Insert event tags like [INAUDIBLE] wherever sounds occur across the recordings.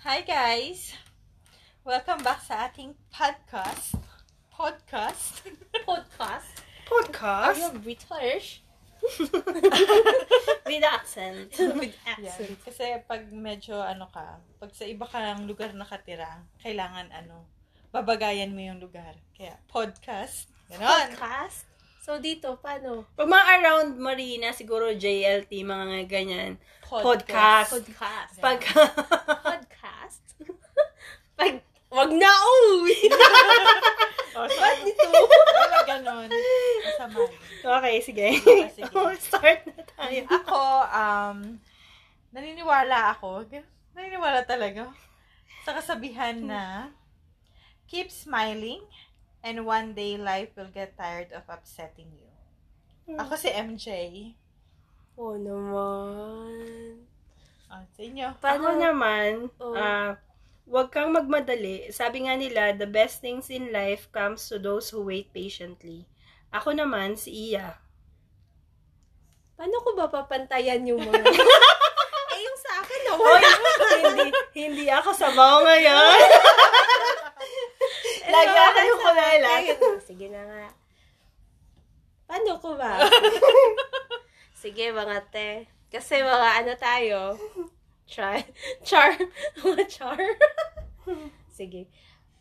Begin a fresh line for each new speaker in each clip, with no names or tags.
Hi guys! Welcome back sa ating podcast. [LAUGHS] Podcast?
podcast
Podcast?
British? With accent. With accent.
Yan. Kasi pag medyo ano ka, pag sa iba kang lugar nakatira, kailangan ano, babagayan mo yung lugar. Kaya podcast. Ganon.
Podcast? So dito, paano?
[LAUGHS] Pag mga around Marina, siguro JLT, mga ganyan. Podcast.
Podcast.
Pag, [LAUGHS]
Podcast? [LAUGHS] Pag, wag na uwi!
O, Ba't nito? Wala ganon. Masama.
okay, sige.
sige.
[LAUGHS] Start na tayo.
Ako, um, naniniwala ako. Naniniwala talaga. Sa kasabihan na, keep smiling and one day life will get tired of upsetting you. Ako si MJ.
Oo naman.
Ah, sa inyo.
Ako naman,
Oh.
ah, huwag kang magmadali. Sabi nga nila, the best things in life comes to those who wait patiently. Ako naman, si Iya.
Paano ko ba papantayan yung mga... [LAUGHS] eh, yung sa akin, no?
Hoy, [LAUGHS] hindi, hindi ako sabaw ngayon. [LAUGHS] Lagi ako yung kulala.
[LAUGHS] Sige na nga. Paano ko ba? [LAUGHS] Sige, mga te. Kasi mga ano tayo. Char. Char. [LAUGHS] Mga char. [LAUGHS] Sige.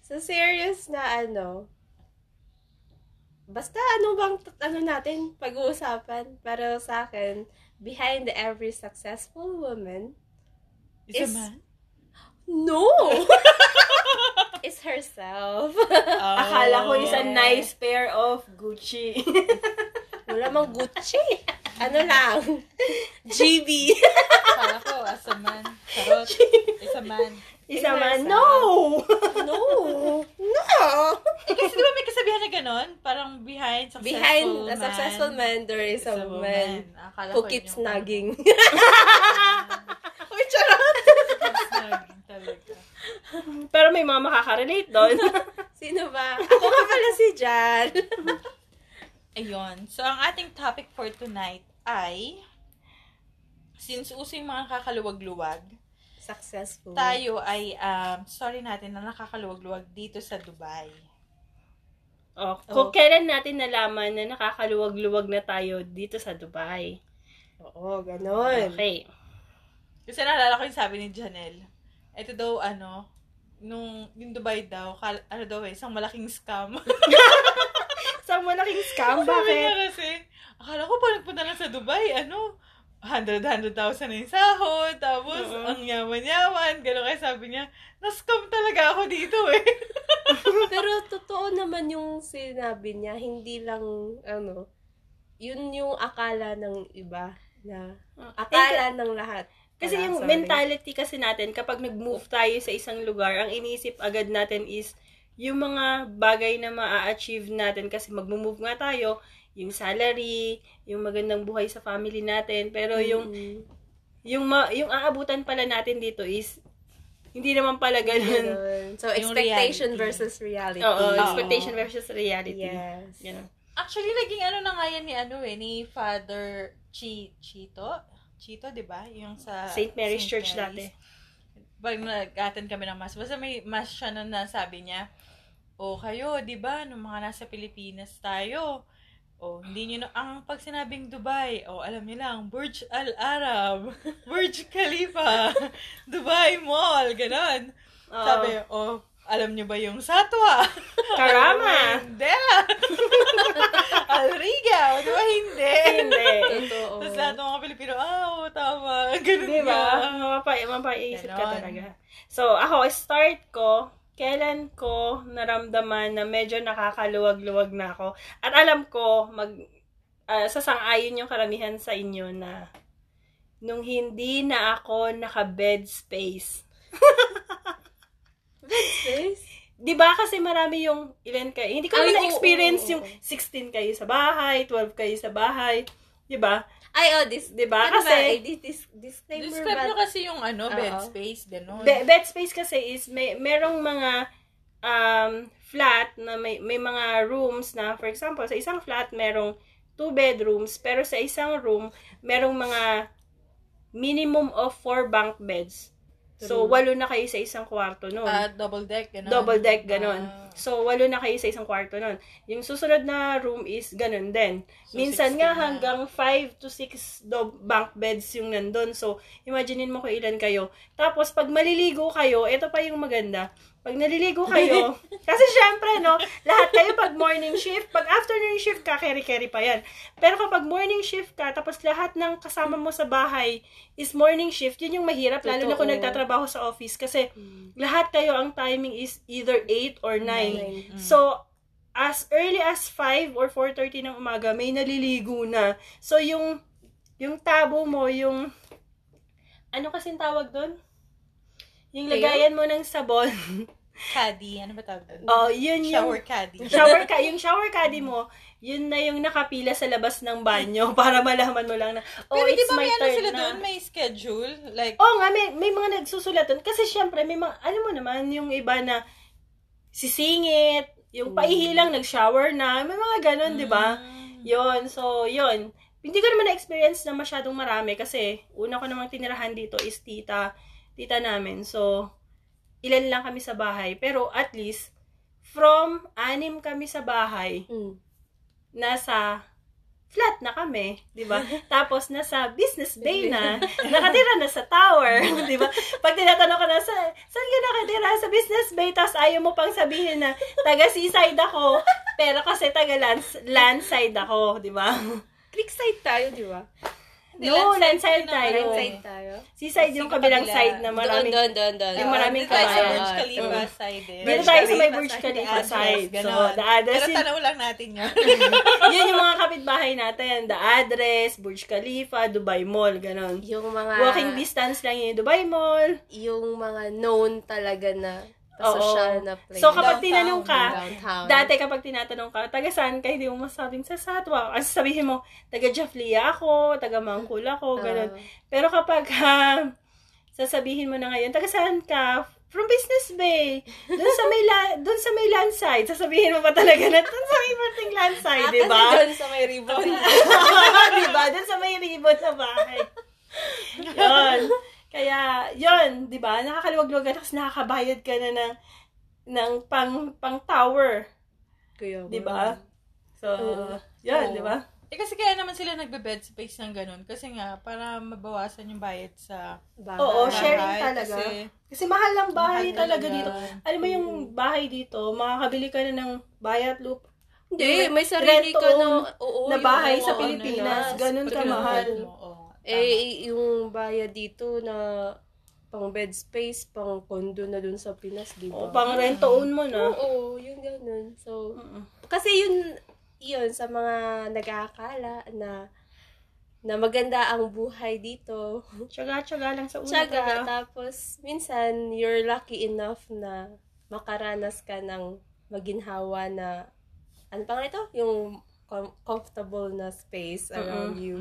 So, serious na ano. Basta ano bang t- ano natin pag-uusapan para sa akin behind every successful woman
Ah, Isa
Is- [LAUGHS]
man?
no [LAUGHS] is herself [LAUGHS]
Oh.
Akala ko is a
Yeah.
nice pair of Gucci.
Wala mang Gucci. Ano lang? GB.
Akala ko, as a man. Charot.
[LAUGHS]
Isa man.
Isa man,
Ikaw,
no!
No. No.
Eh, kasi di ba may kasabihan na ganon? Parang behind successful
Behind
man.
a successful man, there is a woman
Akala
who
ko yun
keeps
yung-
nagging.
Uy, charot! keeps nagging talaga.
Pero may mga makakarelate doon.
Sino ba? Ako nga pala si Jan.
Ayun. So, ang ating topic for tonight ay, since uso yung mga kakaluwag-luwag,
Successful.
tayo ay, um, sorry natin na nakakaluwag-luwag dito sa Dubai.
oh, kung
Oh.
kailan natin nalaman na nakakaluwag-luwag na tayo dito sa Dubai.
Oo, ganon.
Okay.
Kasi naalala ko yung sabi ni Janelle. Ito daw, ano, nung, yung Dubai daw, kal- ano daw eh, isang malaking scam.
Isang malaking scam,
[LAUGHS] Sabi niya
bakit?
kasi, akala ko pag nagpunta lang sa Dubai, ano, 100-100,000 na yung sahod, tapos
Oo.
ang yaman-yaman, gano'n kaya sabi niya, na-scam talaga ako dito eh.
Pero totoo naman yung sinabi niya. Hindi lang, ano, yun yung akala ng iba na Ah, akala ng lahat.
Eh, Kasi
Wala,
yung
sorry.
mentality kasi natin, kapag nag-move tayo sa isang lugar, ang iniisip agad natin is yung mga bagay na maa-achieve natin kasi mag-move nga tayo, yung salary, yung magandang buhay sa family natin, pero yung
Mm.
yung ma- yung aabutan pala natin dito is hindi naman pala ganun.
Ganun. So,
Yung
expectation
reality.
versus reality.
Oo,
Oo.
expectation versus reality.
Yes.
Ganun.
Actually, naging ano na nga yan ni, ano eh, ni Father Chi, Chito? Chito, di ba? Yung sa
St. Mary's Church dati.
Pag nag-attend kami ng mas, basta may mas siya nun na sabi niya, o kayo, di ba, nung mga nasa Pilipinas tayo, o hindi nyo, na- ang pag sinabing Dubai, o alam nyo lang, Burj Al Arab, [LAUGHS] Burj Khalifa, [LAUGHS] Dubai Mall, ganon.
Oo.
Sabi, o alam nyo ba yung satwa?
Karama! [LAUGHS]
Mandela! Alriga! O, di ba hindi?
hindi.
Totoo.
Tapos lahat ng mga Pilipino, ah, oo, tama. Ganun
Di ba?
nga.
Mapapa- Mapapaisip ka
Ganon.
talaga. So, ako, start ko, kailan ko naramdaman na medyo nakakaluwag-luwag na ako. At alam ko, mag, ah, sasang-ayon yung karamihan sa inyo na nung hindi na ako naka-bed space.
Sis?
Di ba kasi marami yung ilan kayo? Hindi ko
Ay,
na experience
oo, oo,
yung 16 kayo sa bahay, 12 kayo sa bahay. Di ba?
Ay, oh, this,
Di ba?
ano ba? Ay, this,
Diba? Kasi
this, disclaimer
Describe nyo
ba?
kasi yung ano, bed
Oo.
space, ganun.
be- bed space kasi is may merong mga um, flat na may may mga rooms na for example, sa isang flat merong two bedrooms pero sa isang room merong mga minimum of four bunk beds. So, walo na kayo sa isang kwarto noon.
Ah, double deck, ganun.
Double deck, ganun.
Ah.
So, walo na kayo sa isang kwarto nun. Yung susunod na room is ganun din.
So,
Minsan
16
nga
na.
hanggang 5 to 6 do- bunk beds yung nandun. So, imaginein mo kung ilan kayo. Tapos, pag maliligo kayo, ito pa yung maganda. Pag naliligo
[LAUGHS]
kayo, kasi syempre, no, lahat kayo pag morning shift, pag afternoon shift ka, carry-carry pa yan. Pero kapag morning shift ka, tapos lahat ng kasama mo sa bahay is morning shift, yun yung mahirap, lalo na kung
Totoo.
nagtatrabaho sa office. Kasi, lahat kayo ang timing is either 8 or 9.
Nine.
Mm.
So, as early as 5 or 4.30 ng umaga, may naliligo na. So, yung, yung tabo mo, yung, ano kasing tawag doon? Yung
Tayo?
lagayan mo
[LAUGHS]
ng sabon.
Caddy, ano ba tawag doon?
oh, yun yung,
Shower caddy.
shower ka, yung shower caddy mo, yun na yung nakapila sa labas ng banyo [LAUGHS] para malaman mo lang na, [LAUGHS] oh,
Pero di
it's
ba
my
may ano
turn
sila
na. Oh,
doon? May schedule? Like,
Oo nga, may, may mga nagsusulat doon. Kasi syempre, may mga, alam mo naman, yung iba na sisingit, yung paihilang, nag-shower na, may mga ganun, di ba?
Mm.
Yun, so, yun. Hindi ko naman na-experience na masyadong marami kasi una ko namang tinirahan dito is tita, tita namin. So, ilan lang kami sa bahay. Pero at least, from anim kami sa bahay,
Mm.
nasa flat na kami, 'di ba? Tapos nasa business bay na, nakatira na sa tower, 'di ba? Pag tinatanong ka na sa saan ka nakatira sa business bay, tapos ayaw mo pang sabihin na taga seaside ako, pero kasi taga lands, landside ako, 'di ba?
Creekside tayo, di ba?
Hindi,
No,
landside
landside tayo.
Landside tayo.
Seaside yung kabilang
Kabila.
side na
Doon,
maraming
doon, doon, doon.
Yung maraming
dito tayo sa
kabayan.
Burj Khalifa
Mm.
side eh.
Dito
Burj
tayo sa may
Khalifa
Burj
side.
Khalifa
Address,
side. So,
ganon.
the address,
Pero
yun-
tanaw lang natin yun.
yun yung mga kapitbahay natin. The address, Burj Khalifa, Dubai Mall, ganon.
Yung mga...
Walking distance lang yun yung Dubai Mall.
Yung mga known talaga na
Oo.
social na place.
So, kapag
Downtown,
tinanong ka,
downtown.
dati kapag tinatanong ka, taga saan ka, hindi mo masasabing sa Satwa. Ang sasabihin mo, taga Jaflia ako, taga Mangkul
Ah.
ako, ganun. Pero kapag ah, sasabihin mo na ngayon, taga saan ka, from Business Bay, doon sa may, la- doon sa may landside, sasabihin mo pa talaga na doon sa may diba? parting landside,
Ah,
di ba?
doon sa may
[LAUGHS]
ribbon.
di ba? Doon Diba? sa may ribbon sa bahay. Yun. Kaya, yun, di ba? Nakakaluwag-luwag ka, tapos nakakabayad ka na ng, ng pang, pang tower.
Kuya mo.
Di ba? So,
Oo.
yun, diba?
Oo.
di ba?
eh kasi kaya naman sila nagbe-bed space ng ganun. Kasi nga, para mabawasan yung bayad sa
Bahay.
Oo,
bahay.
sharing talaga.
Kasi,
Kasi mahal ang bahay
Mahal
talaga
talaga.
dito. Alam mo yung bahay dito, makakabili ka na ng bayat loop.
Hindi, may sarili ka na, oo,
na
yung
bahay
mga
sa
ano
Pilipinas.
na,
Ganun
pag
ka
ganun.
mahal.
mo, oo, tama.
Eh, yung bayad dito na pang bed space, pang condo na dun sa Pinas, di ba?
O, pang rent to own mo na.
Oo, yung ganun. So,
Mm-mm.
kasi yun, yun, sa mga nag-aakala na na maganda ang buhay dito.
Tsaga-tsaga lang sa una.
Tsaga,
talaga.
tapos minsan you're lucky enough na makaranas ka ng maginhawa na, ano pa nga ito? Yung com- comfortable na space around you.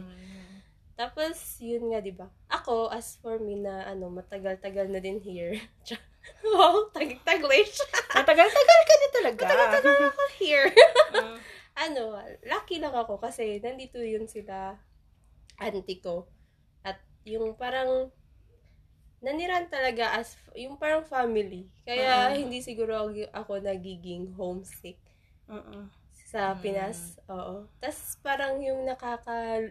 Tapos, yun nga, di ba? Ako, as for me na, ano, matagal-tagal na din here. [LAUGHS] wow, tag-taglish.
Matagal-tagal ka na talaga. [LAUGHS]
ako here.
Mm.
ano, lucky lang ako kasi nandito yun sila, auntie ko. At yung parang, naniran talaga as, yung parang family. Kaya,
Mm.
hindi siguro ako- ako nagiging homesick
Mm-mm.
sa
Mm.
Pinas. Oo. Tapos parang yung nakaka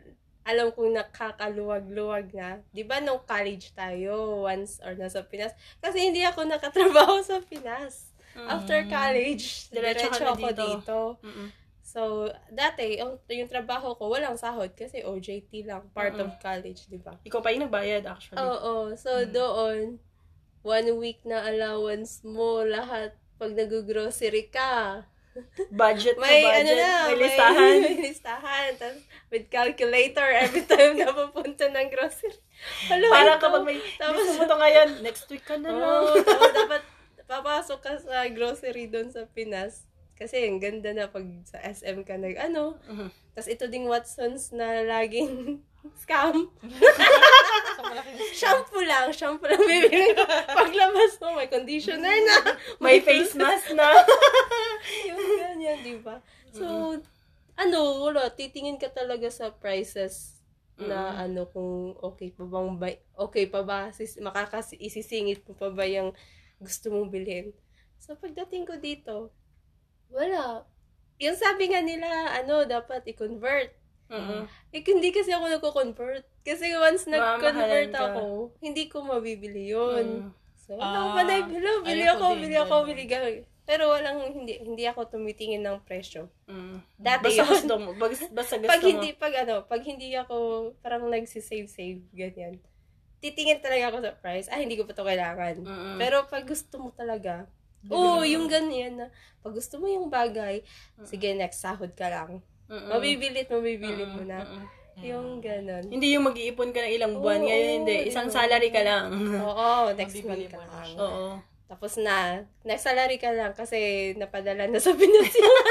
alam kong nakakaluwag-luwag na. 'Di ba nung college tayo once or nasa Pinas kasi hindi ako nakatrabaho [LAUGHS] sa Pinas. After college,
Mm. Diretso
diretso
ka na
ako
dito.
dito.
Mm-mm.
So, dati, yung, yung trabaho ko, walang sahod kasi OJT lang, part of college, di ba?
Ikaw pa yung nagbayad actually.
Oo. So,
Mm.
doon, one week na allowance mo lahat pag nag-grocery ka.
Budget to
May
budget.
ano na,
may listahan.
May [LAUGHS] listahan. Tapos with calculator every time na pupunta ng grocery. Hello,
Parang kapag may
Tapos, Oh,
gusto mo to ngayon, next week ka na Ano lang.
Oo,
[LAUGHS]
tapos dapat papasok ka sa grocery doon sa Pinas. Kasi ang ganda na pag sa SM ka nag ano.
Mhm.
Tapos ito ding Watsons na laging [LAUGHS] scam.
Sa malaking
Shampoo lang, shampoo lang bibili ko. Paglabas mo, may conditioner na. [LAUGHS]
May face mask na.
yung ganyan, di ba? So, ano, wala, titingin ka talaga sa prices
Mm.
na ano kung okay pa bang ba- okay pa ba sis, makakasi isisingit mo pa ba yung gusto mong bilhin. So pagdating ko dito, wala. Yung sabi nga nila, ano, dapat i-convert.
[LAUGHS] Mm-mm.
Eh, hindi kasi ako nagko-convert. Kasi once nag-convert
Mamahalan ka.
ako, hindi ko mabibili yun.
Mm.
So,
Ah,
wala pa na, hello, bili
ayoko
ako,
din,
bili ako,
ganun.
bili ka. Pero walang, hindi, hindi ako tumitingin ng presyo.
Mm.
Dati
Basta
yun.
gusto mo. Bas- Basta gusto
pag hindi,
mo.
pag ano, pag hindi ako parang nagsisave-save, ganyan. Titingin talaga ako sa price. Ah, hindi ko pa to
Mm.
kailangan.
Mm-mm.
Pero pag gusto mo talaga,
Oo,
oo, yung ganyan na, pag gusto mo yung bagay,
Mm.
sige, next sahod ka lang.
Mm.
Mm-mm.
Mabibilit, mabibilit mo
Mm-mm.
na.
Mm-mm.
Yung ganun.
Hindi yung mag-iipon ka na ilang
Oo,
buwan. Ngayon hindi.
yun.
Isang salary ka lang.
Oo, next
Mm. Mabibili
month ka
mo na
lang.
siya. Oh.
Oo.
Tapos na, next salary ka lang kasi napadala na sa [LAUGHS] Pinas yun.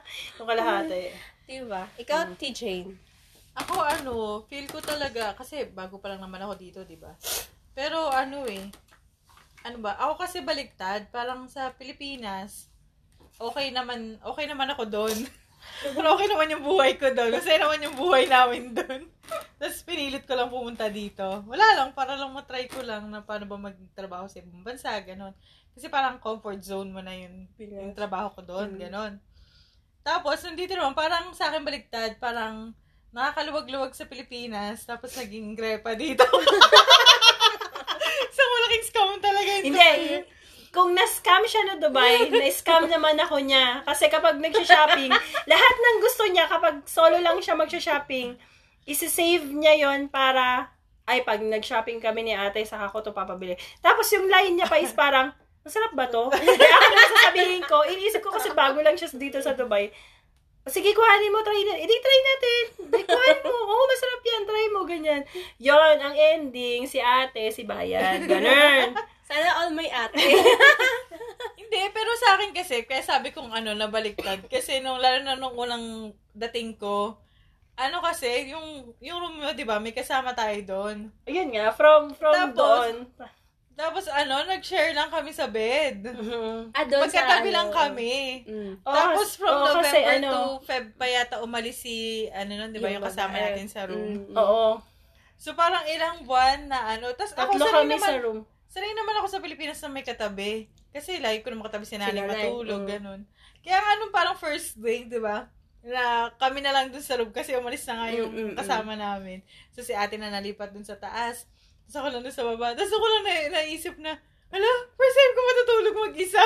[LAUGHS] Yung kalahati.
diba? Ikaw, TJ.
Ako ano, feel ko talaga, kasi bago pa lang naman ako dito, di ba? Pero ano eh, ano ba, ako kasi baliktad, parang sa Pilipinas, okay naman, okay naman ako doon. [LAUGHS] Pero okay naman yung buhay ko doon. Kasi naman yung buhay namin doon. [LAUGHS] Tapos pinilit ko lang pumunta dito. Wala lang, para lang matry ko lang na paano ba magtrabaho sa ibang bansa, ganun. Kasi parang comfort zone mo na yun, yung trabaho ko doon, ganun. Tapos, nandito naman, parang sa akin baliktad, parang nakakaluwag-luwag sa Pilipinas, tapos naging grepa dito. [LAUGHS] so, malaking scam talaga yun.
Hindi. Kung na-scam siya na Dubai, na-scam naman ako niya. Kasi kapag nagsha-shopping, lahat ng gusto niya, kapag solo lang siya magsha-shopping, isi-save niya yon para, ay, pag nag-shopping kami ni ate, saka ko to papabili. Tapos yung line niya pa is parang, masarap ba to? [LAUGHS] Kaya ako lang sasabihin ko, iniisip ko kasi bago lang siya dito sa Dubai, sige, kuhanin mo, try na. Edi, try natin. Di, kuhanin mo. Oo, masarap yan. Try mo, ganyan. Yon, ang ending, si ate, si Bayan. Ganun.
Sana all my ate.
Hindi, pero sa akin kasi, kaya sabi kong ano, nabaliktad. Kasi nung, lalo na nung unang dating ko, ano kasi, yung, yung room mo, di ba, may kasama tayo doon.
Ayun nga, from from
Tapos,
doon.
Tapos ano, nag-share lang kami sa bed.
[LAUGHS] ah, doon sa
Magkatabi
ano.
lang kami.
Mm.
Oo,
Mm-hmm. Tapos from
oo,
November
Oh, kasi ano,
to Feb pa yata umalis si, ano nun, di ba,
Yung
yung, kasama
babae.
natin sa room.
Mm.
Oo,
So parang ilang buwan na ano, tapos ako
tatlo
sanay
kami
naman,
sa room.
sanay naman ako sa Pilipinas na may katabi. Kasi lagi ko naman katabi si nanay
nanay,
matulog,
mm.
ganun. Kaya nga nung parang first day, di ba? Na kami na lang dun sa room kasi umalis na nga yung
Mm, mm, mm.
kasama namin. So si ate na nalipat dun sa taas. Tapos ako lang dun sa baba. Tapos ako lang na- naisip na, ala, first time ko matutulog mag-isa.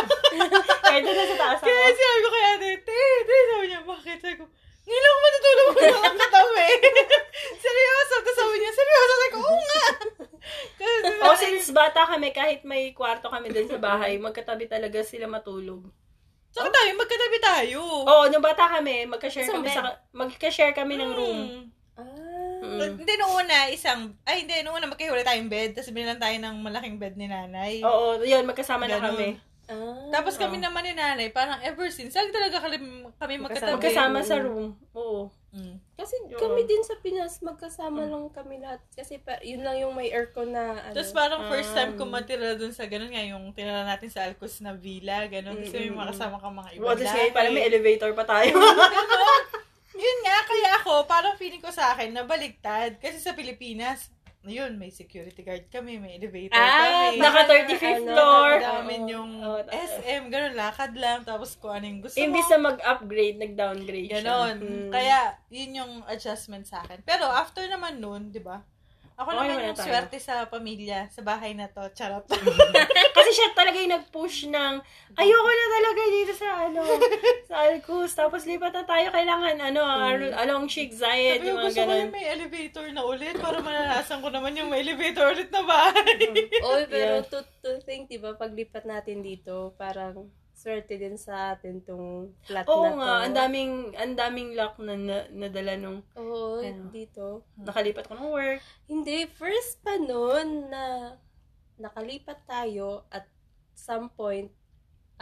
[LAUGHS]
Kahit na sa
[LAUGHS]
taas ako.
Kaya sinabi ko kay ate, te, te, sabi niya, bakit? Sabi ko, ngayon lang ako matutulog ko lang katabi. [LAUGHS] seryoso. Tapos sabi niya, seryoso. Sabi ko, oo nga. [LAUGHS] Kasi,
O, Oh,
Oh.
since bata kami, kahit may kwarto kami dun sa bahay, magkatabi talaga sila matulog.
Saka tayo, magkatabi tayo.
Oh,
Oo, nung bata kami, magka-share
Isang
kami
bed.
sa, magka-share kami ng room.
Hmm.
Ah.
Uh,
Mm.
Hindi, nung una, isang, ay hindi, nung una magkahiwalay tayong bed, tapos binilan tayo ng malaking bed ni nanay.
Mm. Oo, yun, magkasama na
Ganun.
kami.
Ah.
Tapos
Oh.
kami naman ni nanay, parang ever since, lagi talaga kami, kami magkatabi.
Magkasama sa room. Oo.
Mm.
Kasi
Yun.
kami din sa Pinas, magkasama lang kami lahat. Kasi pa, yun lang yung may aircon na ano.
Tapos parang first time
Um,
ko matira dun sa ganun nga, yung tinira natin sa Alcos na villa, ganun. Kasi may makasama kang mga ibang
Well, tapos ngayon
lahi.
pala may elevator pa tayo.
Yun nga, kaya ako, parang feeling ko sa akin, nabaliktad. Kasi sa Pilipinas, yun, may security guard kami, may elevator
Ah,
kami.
[LAUGHS] Naka 35th
Ano,
floor.
Namin yung
Oo, oo.
SM, ganun, lakad lang, tapos kung ano yung gusto
Imbis
mo.
na mag-upgrade, nag-downgrade siya.
Ganon.
Mm.
Kaya, yun yung adjustment sa akin. Pero after naman nun, di ba? Ako
Okay
naman
naman
yung
na tayo.
swerte sa pamilya, sa bahay na to. Charot. [LAUGHS]
Kasi siya talaga yung nag-push ng, ayoko na talaga dito sa, ano, sa Alcus. Tapos lipat na tayo, kailangan, ano, ar- along Sheikh Zayed,
Sabi ko,
yung mga
Mm, gusto ko
ganun.
yung may elevator na ulit para mananasan ko naman yung may elevator ulit na bahay.
Oy, pero to, to think, di ba, paglipat natin dito, parang swerte din sa atin tong flat
Oo
na to.
nga, ang daming, ang daming luck na, na- nadala nung
Oo,
Ano?
dito.
nakalipat ko ng work.
Hindi, first pa noon na nakalipat tayo at some point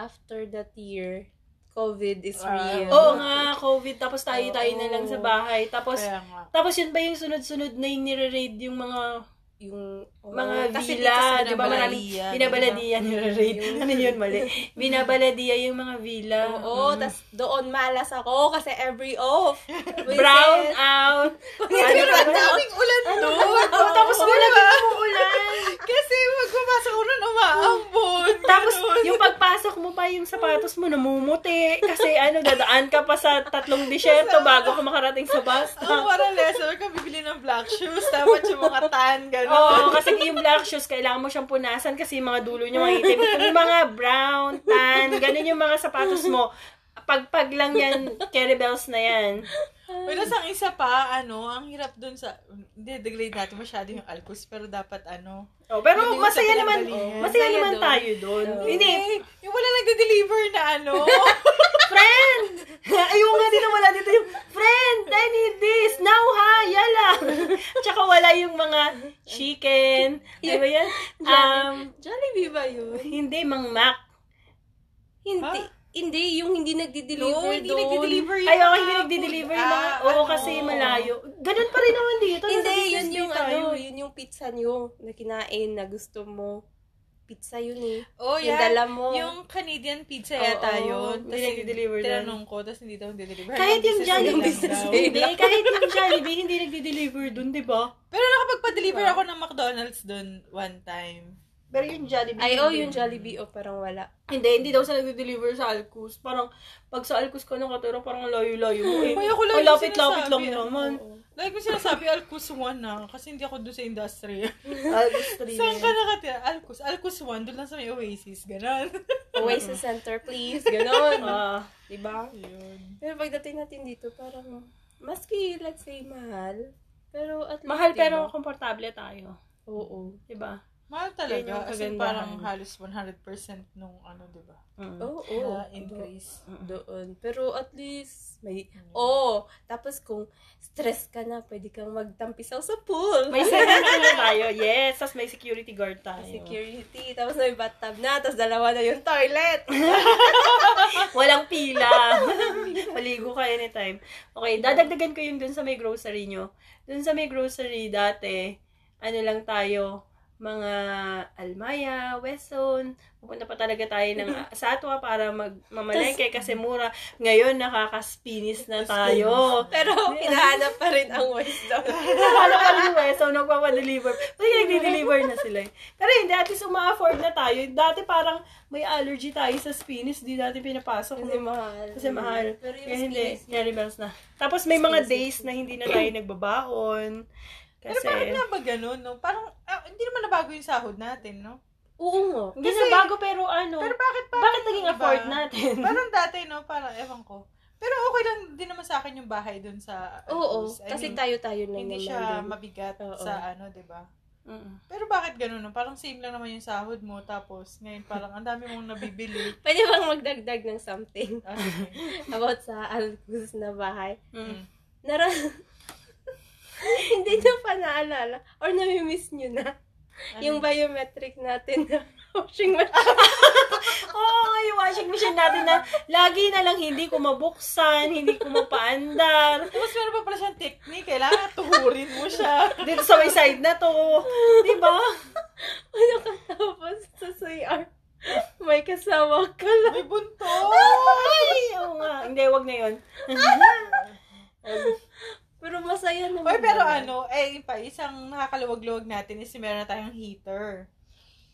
after that year, COVID is
Ah.
real.
Oo nga, COVID, tapos tayo-tayo
Oo.
na lang sa bahay. Tapos,
Kaya nga.
tapos yun pa yung sunod-sunod na yung nire-raid yung mga
yung
Mga
kasi dito
villa,
sa
di ba maraming
Binabaladian,
binabaladiya nila raid. Ano yun, mali? Binabaladiya yung mga villa.
Oo,
Mm.
tas doon malas ako kasi every
[LAUGHS]
off.
Brown out.
Kasi
[LAUGHS] Ano ba
ang
yun?
daming ulan doon.
Oo, tapos wala
Diba?
mo ulan.
[LAUGHS] Kasi magpapasok ko nun, umaambon.
Tapos,
Ganun.
yung pagpasok mo pa, yung sapatos mo namumuti. Kasi ano, dadaan ka pa sa tatlong disyerto bago ka makarating sa bus
Oo,
stop.
parang lesser ka, bibili ng black shoes, dapat yung mga tan, gano'n.
Oo, kasi yung black shoes, kailangan mo siyang punasan kasi yung mga dulo niya mga itim. Kung Yung mga brown, tan, ganun yung mga sapatos mo. Pagpag lang yan, kettlebells na yan.
Pero sa isa pa, ano, ang hirap dun sa, hindi, degrade natin masyado yung alcohol, pero dapat ano.
Oh, pero
Hindi mo
masaya
sa
naman,
pinanggalingan.
masaya
Masaya
naman
doon.
tayo doon. Hindi,
Eh, yung wala nagde-deliver na ano.
friend! [LAUGHS] Ayaw nga din na wala dito yung, friend, I need this, now ha, yala! [LAUGHS] Tsaka wala yung mga chicken, ano ba yan? Um,
Jollibee ba yun?
hindi, mang mac.
Hindi.
Ha?
Hindi, yung hindi nagdi-deliver
[LAUGHS] no, hindi
doon.
nagde-deliver yung
Ayaw, hindi
mga
nagdi-deliver
food.
yung mga,
Ah,
oo
ano.
kasi malayo. Ganun pa rin naman dito.
Hindi,
nasa
yun
business
yung
day tayo
ano,
eh.
yun yung pizza nyo na kinain na gusto mo. Pizza yun eh.
Oh,
Yung
yeah.
dala mo.
Yung Canadian pizza yata
Oo,
yun.
hindi nagde-deliver doon.
Tinanong ko, tapos hindi daw nagde-deliver.
Kahit yung
Business
Jollibee,
lang
business
daw.
day.
Hindi, kahit yung Jollibee, hindi nagdi-deliver dun, di ba?
Pero nakapagpa-deliver ako ng McDonald's doon one time.
Pero yung Jollibee...
Ay, oh,
hindi.
yung Jollibee, oh, parang wala. [LAUGHS]
Hindi, hindi daw sa nagdi-deliver sa Alcus. Parang, pag sa Alcus ka nakatira, parang [LAUGHS] layo-layo mo eh.
Kaya ko lang
Ang
yung
lapit-lapit lang
sinasabi.
naman.
Like mo sinasabi, Alcus 1 na. Kasi hindi ako doon sa industry.
Alcus 3.
Saan ka nakatira? Alcus. Alcus 1, doon lang sa may Oasis. Ganon.
Oasis Center, please. Ganon.
Ah,
diba?
Yun.
Pero pagdating natin dito, parang, maski, let's say, mahal. Pero at least,
mahal pero
diba?
komportable tayo.
Oo.
Diba?
Mahal
Yun yung
talaga. As in,
kagandahan.
parang halos 100% nung ano, di ba?
Mm.
Oo.
Na increase.
doon. Pero at least, may, oo. tapos kung stress ka na, pwede kang magtampisaw sa pool. [LAUGHS]
May security guard tayo, yes. Tapos may security guard tayo.
security, tapos may bathtub na, tapos dalawa na yung toilet.
[LAUGHS] Walang pila. [LAUGHS] Paligo ka anytime. Okay, dadagdagan ko yung dun sa may grocery nyo. Dun sa may grocery dati, ano lang tayo, mga Almaya, Weston, pupunta pa talaga tayo [LAUGHS] ng Satwa para magmamalengke kasi mura. Ngayon, nakakaspinis na tayo.
[LAUGHS] Pero hinahanap pa rin ang wisdom.
Nakakala ka rin eh, so nagpapadeliver. Pwede nagde-deliver na sila eh. Pero hindi, at least uma-afford na tayo. Dati parang may allergy tayo sa spinach, di dati pinapasok.
Kasi mahal.
Kasi mahal.
Pero
Kaya
yung
hindi,
hindi.
Gary Bells na. Tapos may mga days na hindi na tayo nagbabaon.
Pero
Kasi,
parang nga ba ganun, no? Parang, ah, hindi naman nabago yung sahod natin, no?
Oo nga.
hindi na bago pero ano,
Pero bakit parang
bakit naging
iba?
afford natin?
[LAUGHS] Parang dati, no? Parang, ewan ko. Pero okay lang din naman sa akin yung bahay doon sa
Oo,
Alcus. I
kasi
mean,
tayo-tayo lang
hindi
naman
siya
din.
mabigat
Oo.
sa ano, di ba?
Mm.
Pero bakit ganun, no? Parang same lang naman yung sahod mo, tapos ngayon parang ang dami mong nabibili.
Pwede bang magdagdag ng something [LAUGHS]
Ah, sige.
about sa Alcus na bahay?
Mm.
Nara... [LAUGHS] hindi nyo pa naalala or namimiss nyo na yung biometric natin na [LAUGHS] washing machine. [LAUGHS]
Oo, nga, yung washing machine natin na lagi na lang hindi ko mabuksan, hindi ko mapaandar.
Tapos meron pa pala siyang technique, kailangan tuhurin mo
[LAUGHS]
siya.
Dito sa may side na to. Diba?
Ano ka tapos sa CR? May kasama ka lang.
May bunto!
Ay, oo nga. Hindi, wag na yun.
Pero masaya naman.
Oy, pero
yun.
ano, eh, pa, isang nakakaluwag-luwag natin is meron na tayong heater.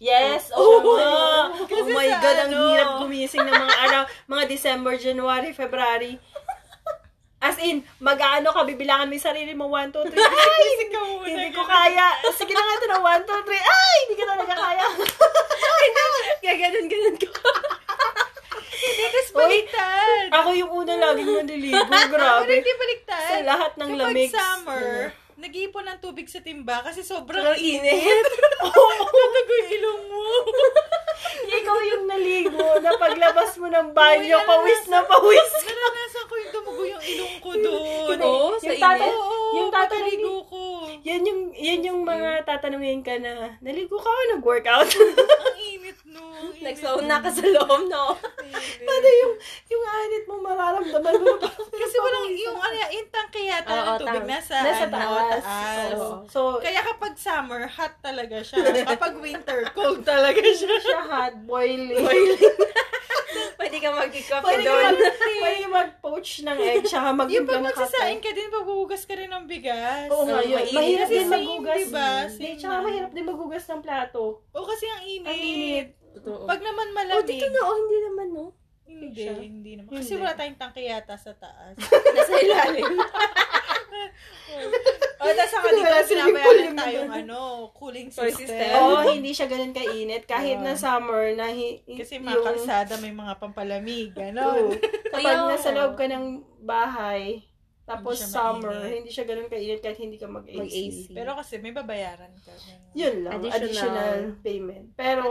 Yes, oo
Oo.
nga.
Kasi
Oh my
sa
God, ang
ano?
hirap gumising ng mga araw, mga December, January, February. As in, mag-ano ka, bibilangan mo yung sarili mo, 1, 2, [LAUGHS] 3.
Kasi ka muna.
Hindi ko kaya. Sige na nga ito na, 1, 2, 3. Ay, hindi ko talaga kaya.
[LAUGHS] Gaganon-ganon ko.
Tapos
Uy,
baliktad.
Ako yung unang laging [LAUGHS] mandiligo,
Pero
Ah, grabe.
hindi baliktad.
Sa lahat ng
Kapag
lamig.
summer, nag-iipon ng tubig sa timba kasi sobrang
Sobrang
[LAUGHS]
[LAUGHS] init.
Natugo yung ilong mo. [LAUGHS]
Ikaw yung naligo na paglabas mo ng banyo, pawis ano na pawis.
Naranasan ko yung dumugo yung ilong ko doon.
Hindi. Oo, sa
yung
init.
tatay,
Oo,
yung
yung
tatay
tataligo
[LAUGHS]
ko.
Yan yung, yan yung mga tatanungin ka na, naligo ka o nag-workout? [LAUGHS]
Ang init no. ang init.
oh, Nagsauna ka sa loob, no?
Ang init.
Ano yung, yung pagkakainit mo, mararamdaman mo.
Kasi walang yung ano, yung tangke yata
Oo,
ng tubig
tang-
nasa,
Nasa
ano,
taas.
taas.
Oo.
So,
Kaya kapag summer, hot talaga siya. Kapag winter, cold talaga siya.
hindi siya hot, boiling.
Pwede kang magkikape
Pwede ka
doon.
mag, pwede ka mag-poach ng egg, tsaka
Yung
magtimpla
pag
ng kape.
magsasain ka din, paghuhugas ka rin ng bigas.
Oo
So,
nga, yun.
mainit.
Mahirap
Kasi
din
same,
magugas.
diba?
Hindi,
Same
tsaka
na.
mahirap din magugas ng plato.
Oo, kasi ang init.
Ang init.
Totoo.
Pag naman
Oh,
malamig.
dito na, oh, hindi naman, no?
hindi,
siya.
hindi naman. Kasi
Hindi.
wala tayong tangke yata sa
[LAUGHS]
taas.
[LAUGHS] Nasa ilalim.
o, tapos saka Oh, dito,
Wala, swimming pool
sinabayaran
yung
tayong ano, cooling
Cooling
system. [LAUGHS]
system.
Oo, Oh, hindi siya ganun kainit. Kahit
Oo.
na summer, na hi-
Kasi mga kalsada may mga pampalamig, [LAUGHS]
Oo.
gano'n.
Kapag
Ayaw.
nasa loob ka ng bahay, tapos
Hindi siya
summer,
mainit.
hindi siya ganun kainit kahit hindi ka mag-AC.
Mag-AC.
Pero kasi may babayaran ka. gano'n.
Yun lang, additional,
Additional.
payment. Pero,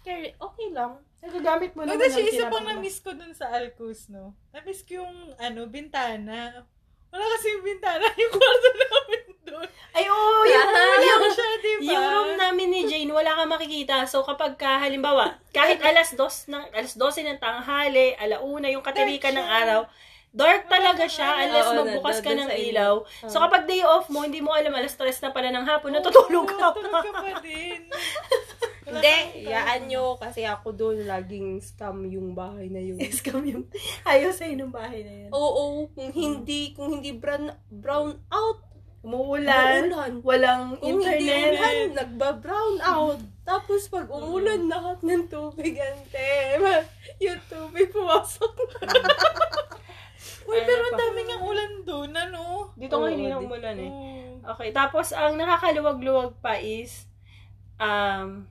Kaya, okay lang.
nagagamit mo
Pero
naman.
kasi
ang
isa pang
tinatapon.
na-miss ko dun sa Alcus, no? Na-miss ko yung, ano, bintana. Wala kasi yung bintana, [LAUGHS] yung kwarto namin dun.
Ay,
Oh,
oo, yung
Ayaw siya, di
Diba?
ba?
Yung room namin ni Jane, wala kang makikita. So, kapag ka, halimbawa, kahit alas dos ng, alas 12 ng tanghali, alauna, yung katirikan ng araw, dark talaga siya unless
Oo,
magbukas ka
nandun
ng
sa
ilaw. So, kapag day off mo, hindi mo alam, alas 3 na pala ng hapon, natutulog ka
Natutulog
pa.
ka
[LAUGHS]
pa din. Wala kang-
[LAUGHS] Hindi, yaan nyo. Kasi ako doon, laging scam yung bahay na yun.
Scam yung ayaw sa ng bahay na yun.
[LAUGHS] Oo, kung hindi, kung hindi brown, brown out,
Umuulan,
Umuulan.
walang
Kung hindi
internet.
ulan, nagba-brown out. Tapos pag umulan, lahat ng tubig, ante. [LAUGHS] Yung tubig pumasok na.
Uy, pero
Ano
ang
pa?
dami niyang ulan dun, ano?
Dito nga
Oo,
hindi na
di-
umulan eh.
Oo.
Okay, tapos ang nakakaluwag-luwag pa is um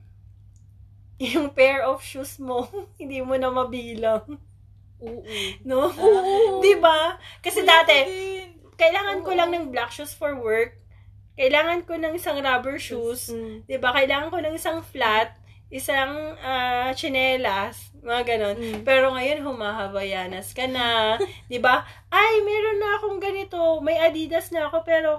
[LAUGHS] yung pair of shoes mo, [LAUGHS] hindi mo na mabilang,
Oo.
Ah.
no?
Oo.
'Di ba? Kasi
Ako
dati
din.
kailangan ko
Oo.
lang ng black shoes for work. Kailangan ko ng isang rubber shoes,
Mm.
'di ba? Kailangan ko ng isang flat, isang ah, tsinelas, mga ganon.
Mm.
Pero ngayon, humahabayanas ka na. [LAUGHS] di ba? Ay, meron na akong ganito. May Adidas na ako, pero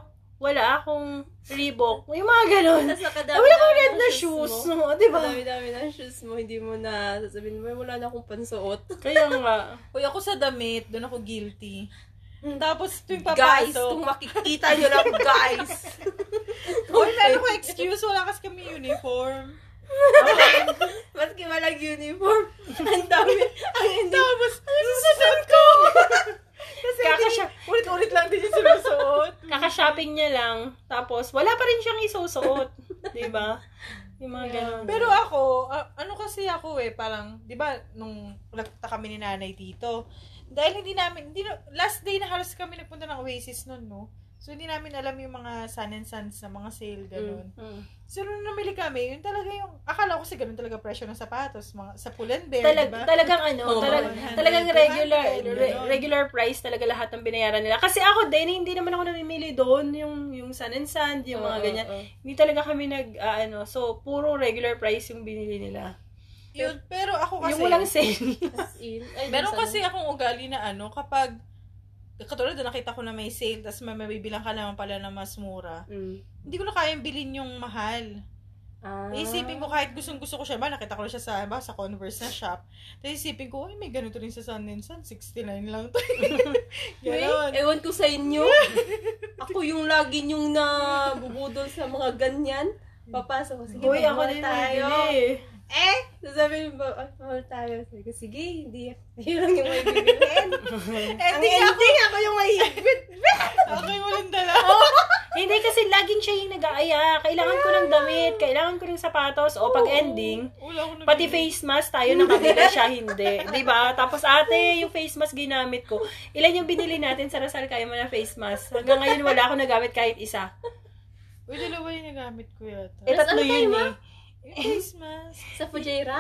wala akong Reebok. Yung mga ganon.
Tapos nakadami
Ay, wala akong
na
red
ng
na shoes.
mo.
No? Diba? Di ba?
Dami-dami na shoes mo, hindi mo na sasabihin mo, wala na akong pansuot.
Kaya nga.
Uy, ako sa damit, dun ako guilty.
Mm.
Hmm.
Tapos tuwing
Guys,
papasok,
kung makikita nyo lang, guys.
Uy, meron ko excuse, wala kasi kami uniform.
Maski walang uniform, ang dami, ang hindi.
Tapos, susunod ko! Kasi
Kakasya-
hindi- ulit-ulit lang din yung sinusuot.
Kakashopping niya lang. Tapos, wala pa rin siyang isusuot. [LAUGHS] di ba? Yung mga ganon.
Pero ako, a- ano kasi ako eh, parang, di ba, nung nagpunta kami ni nanay dito, dahil hindi namin, hindi, na- last day na halos kami nagpunta ng Oasis noon, no? So, hindi namin alam yung mga Sun and Suns na mga sale, ganun.
Mm.
So, nung namili kami, yun talaga yung, akala ko kasi ganun talaga presyo ng sapatos, mga, sa Pull and Bear, di
Talag,
ba?
Talagang ano,
Oo,
talag,
100,
talagang regular
200,
re-
ganun.
regular price talaga lahat ng binayaran nila. Kasi ako din, hindi naman ako namimili doon yung, yung sun and sand, yung mga
Oo,
ganyan.
oo.
Hindi talaga kami nag, ah, ano, so, puro regular price yung binili nila.
Yun, pero ako kasi,
yung walang sale.
As in, ay, dun
meron
sa-
kasi akong ugali na ano, kapag, katulad na nakita ko na may sale, tapos may mabibilang ka naman pala na mas mura,
Mm.
hindi ko na kayang bilhin yung mahal.
Ah.
Isipin ko kahit gustong gusto ko siya ba, nakita ko na siya sa, ba, sa Converse na shop. Tapos isipin ko, ay, may ganito rin sa Sun and Sun, 69 lang to. [LAUGHS]
Uy,
Ganon.
ewan ko sa
[LAUGHS]
inyo. Ako yung lagi yung nabubudol sa mga ganyan. Papasok ko, sige,
Uy, ako
magmahal
din
tayo.
bumibili.
Eh, sasabihin mo, "Ay, mahal tayo. Sige, sige, hindi. Yun lang yung
[LAUGHS]
may bibilhin. Ang
Ending ako.
ending, ako yung may
Ako yung walang dala.
[LAUGHS] Hindi kasi laging siya yung nag-aaya. Kailangan ko ng damit, kailangan ko ng sapatos. O pag ending,
Wala ko na
pati face mask tayo nakabila siya, hindi. 'Di ba Tapos ate, yung face mask ginamit ko. Ilan yung binili natin sa Rasal kaya mo na face mask? Hanggang ngayon wala akong nagamit kahit isa.
Uy, dalawa yung nagamit ko yata.
Eh,
Mas
tatlo
ano tayo,
yun
ma?
eh.
Yung face mask.
Sa Fujaira.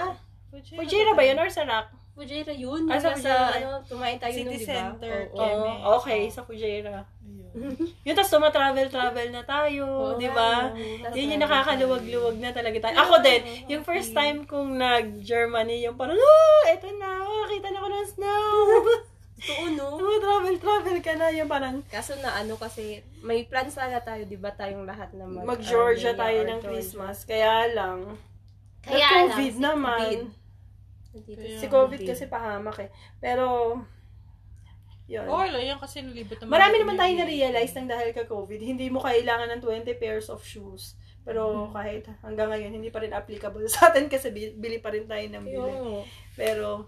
Pujira ba yun or sa rack?
Fujaira yun.
Ah, sa
Nasa,
Fujairah.
ano, kumain tayo
City
nun, di ba?
Center, Ken.
Oo.
Oo,
Keme.
Oh, okay, sa Pujira.
Ayun.
Yun, tapos tumatravel-travel na tayo,
Oo,
di ba?
ayun. Tas
Yun yung
meron
nakakaluwag-luwag na talaga tayo. Ako din, yung first time kong nag-Germany, yung parang, oh, eto na, oh, kita na ko ng snow.
[LAUGHS] Totoo, no?
Tumatravel-travel ka na, yung parang,
ano? Kaso na ano kasi, may plans sana tayo, di ba tayong lahat na mag-
mag-Georgia
Armenia
tayo
or
ng
Georgia.
Christmas. Kaya lang,
Kaya
na COVID
lang, si
naman.
COVID. Nandito
Kaya
Si COVID kasi pahamak eh. Pero, Yun.
Oo, Oh,
Oh,
wala yan kasi nilibot naman.
Marami naman tayong na-realize nang dahil ka COVID, hindi mo kailangan ng 20 pairs of shoes. Pero
Mm-hmm.
kahit hanggang ngayon, hindi pa rin applicable [LAUGHS] sa atin kasi bili, bili pa rin tayo ng bili.
Oo.
Pero,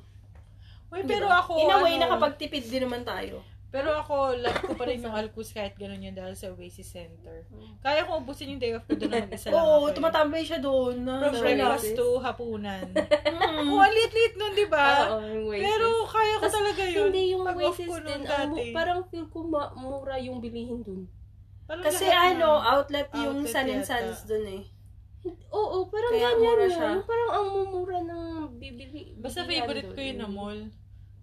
Uy, pero
diba?
ako,
in a way,
ano,
nakapagtipid din naman tayo.
pero ako, love ko pa rin yung Alcus kahit ganun yun dahil sa Oasis Center.
Mm.
Kaya ko ubusin yung day off ko doon na mag-isa lang
Oo,
ako eh.
tumatambay siya doon. Na,
From ano
sa
breakfast
office.
to hapunan.
[LAUGHS] Mm.
Oo, ang liit-liit nun, di ba?
ah,
Ah,
Oo, yung Oasis.
Pero kaya ko
Tas,
talaga yun.
Hindi yung
Pag-off
Oasis
ko nun
din. ang
dati.
mu- parang feel ko ma- mura yung bilihin dun.
Parang
Kasi
lahat na.
ano, outlet yung
Outlet
Sun and
yata.
Suns doon eh.
Oo, parang
Kaya
ganyan
mura
na.
siya.
Yung parang ang mumura ng bibili.
Basta
bilihan
favorite ko
dun.
yun na mall.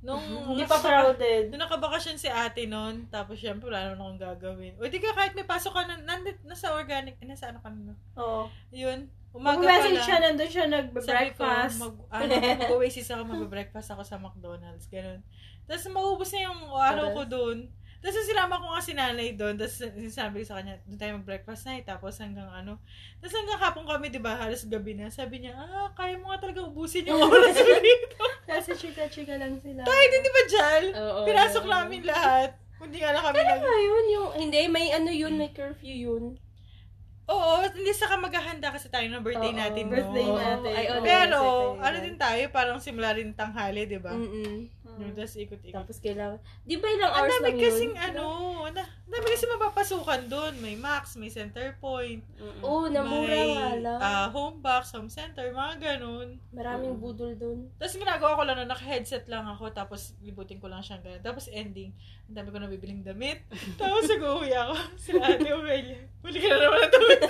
Nung,
Hindi pa
[LAUGHS]
crowded.
Doon nakabakasyon si ate noon, tapos syempre wala naman akong gagawin. O di ka kahit may pasok ka na, nandit, nasa organic, eh, nasa ano ka na,
Oo.
yun, umaga pa
Mag-message
lang.
siya, nandun siya
Sabi ko,
nag-breakfast.
mag, ano, mag-oasis ako, mag-breakfast ako sa McDonald's, ganun. Tapos maubos na yung araw ko doon. Tapos yung sinama ko nga si nanay doon, tapos sinabi ko sa kanya, doon tayo mag-breakfast na eh, tapos hanggang ano. Tapos hanggang hapon kami, di ba, halos gabi na, sabi niya, ah, kaya mo nga talaga ubusin yung oras mo dito.
Kasi chika-chika lang sila.
Hindi ba, Jal?
Oo.
Pinasok namin lahat. Hindi nga na kami nag...
Ayun yung, hindi, may ano yun, may curfew yun.
Oo, hindi saka maghahanda kasi tayo ng birthday
Oo.
natin. no?
Birthday
Oo.
natin.
Ay,
Pero,
oo.
Birthday
ano
natin.
din tayo, parang simula rin tanghali, di ba?
Mm-mm.
Yung Tapos ikot-ikot.
Tapos kailangan, di ba ilang
Ang
hours
dami
lang yun?
kasing ano, na, ang dami kasi mapapasukan doon. May max, may center point,
Mm.
Oo, namura
may
nga lang.
ah, home box, home center, mga ganun.
Maraming
mm.
budol dun.
Tapos ginagawa ko lang na naka-headset lang ako, tapos libutin ko lang siyang ganun. Tapos ending, ang dami ko nabibiling damit. tapos nag-uwi ako [LAUGHS] sila ate Omelia. Huli ka na naman ang damit.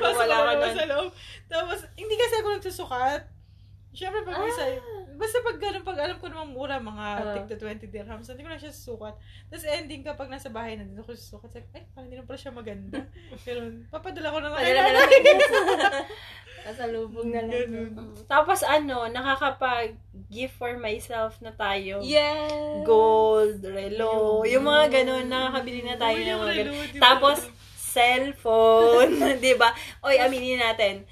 Tapos
wala
wala
ka na.
sa loob. Tapos, hindi kasi ako nagsusukat. Siyempre, pag may sayo, basta pag ganun, pag alam ko naman mura, mga
Ah.
tig to 20 dirhams, hindi ko na siya susukat. Tapos ending, kapag nasa bahay na, dito ko susukat. Sabi, ay, parang hindi na pala siya maganda. Ganun, papadala ko na lang. kay
Padala na lang.
nanay.
Kasalubong na lang.
Ganun.
Tapos ano, nakakapag-gift for myself na tayo.
Yes!
Gold, relo, yung mga ganun, nakakabili na tayo
Uy,
ng
yung
mga
relo,
ganun.
di ba?
Tapos, cellphone, [LAUGHS] di ba? Oy, aminin natin,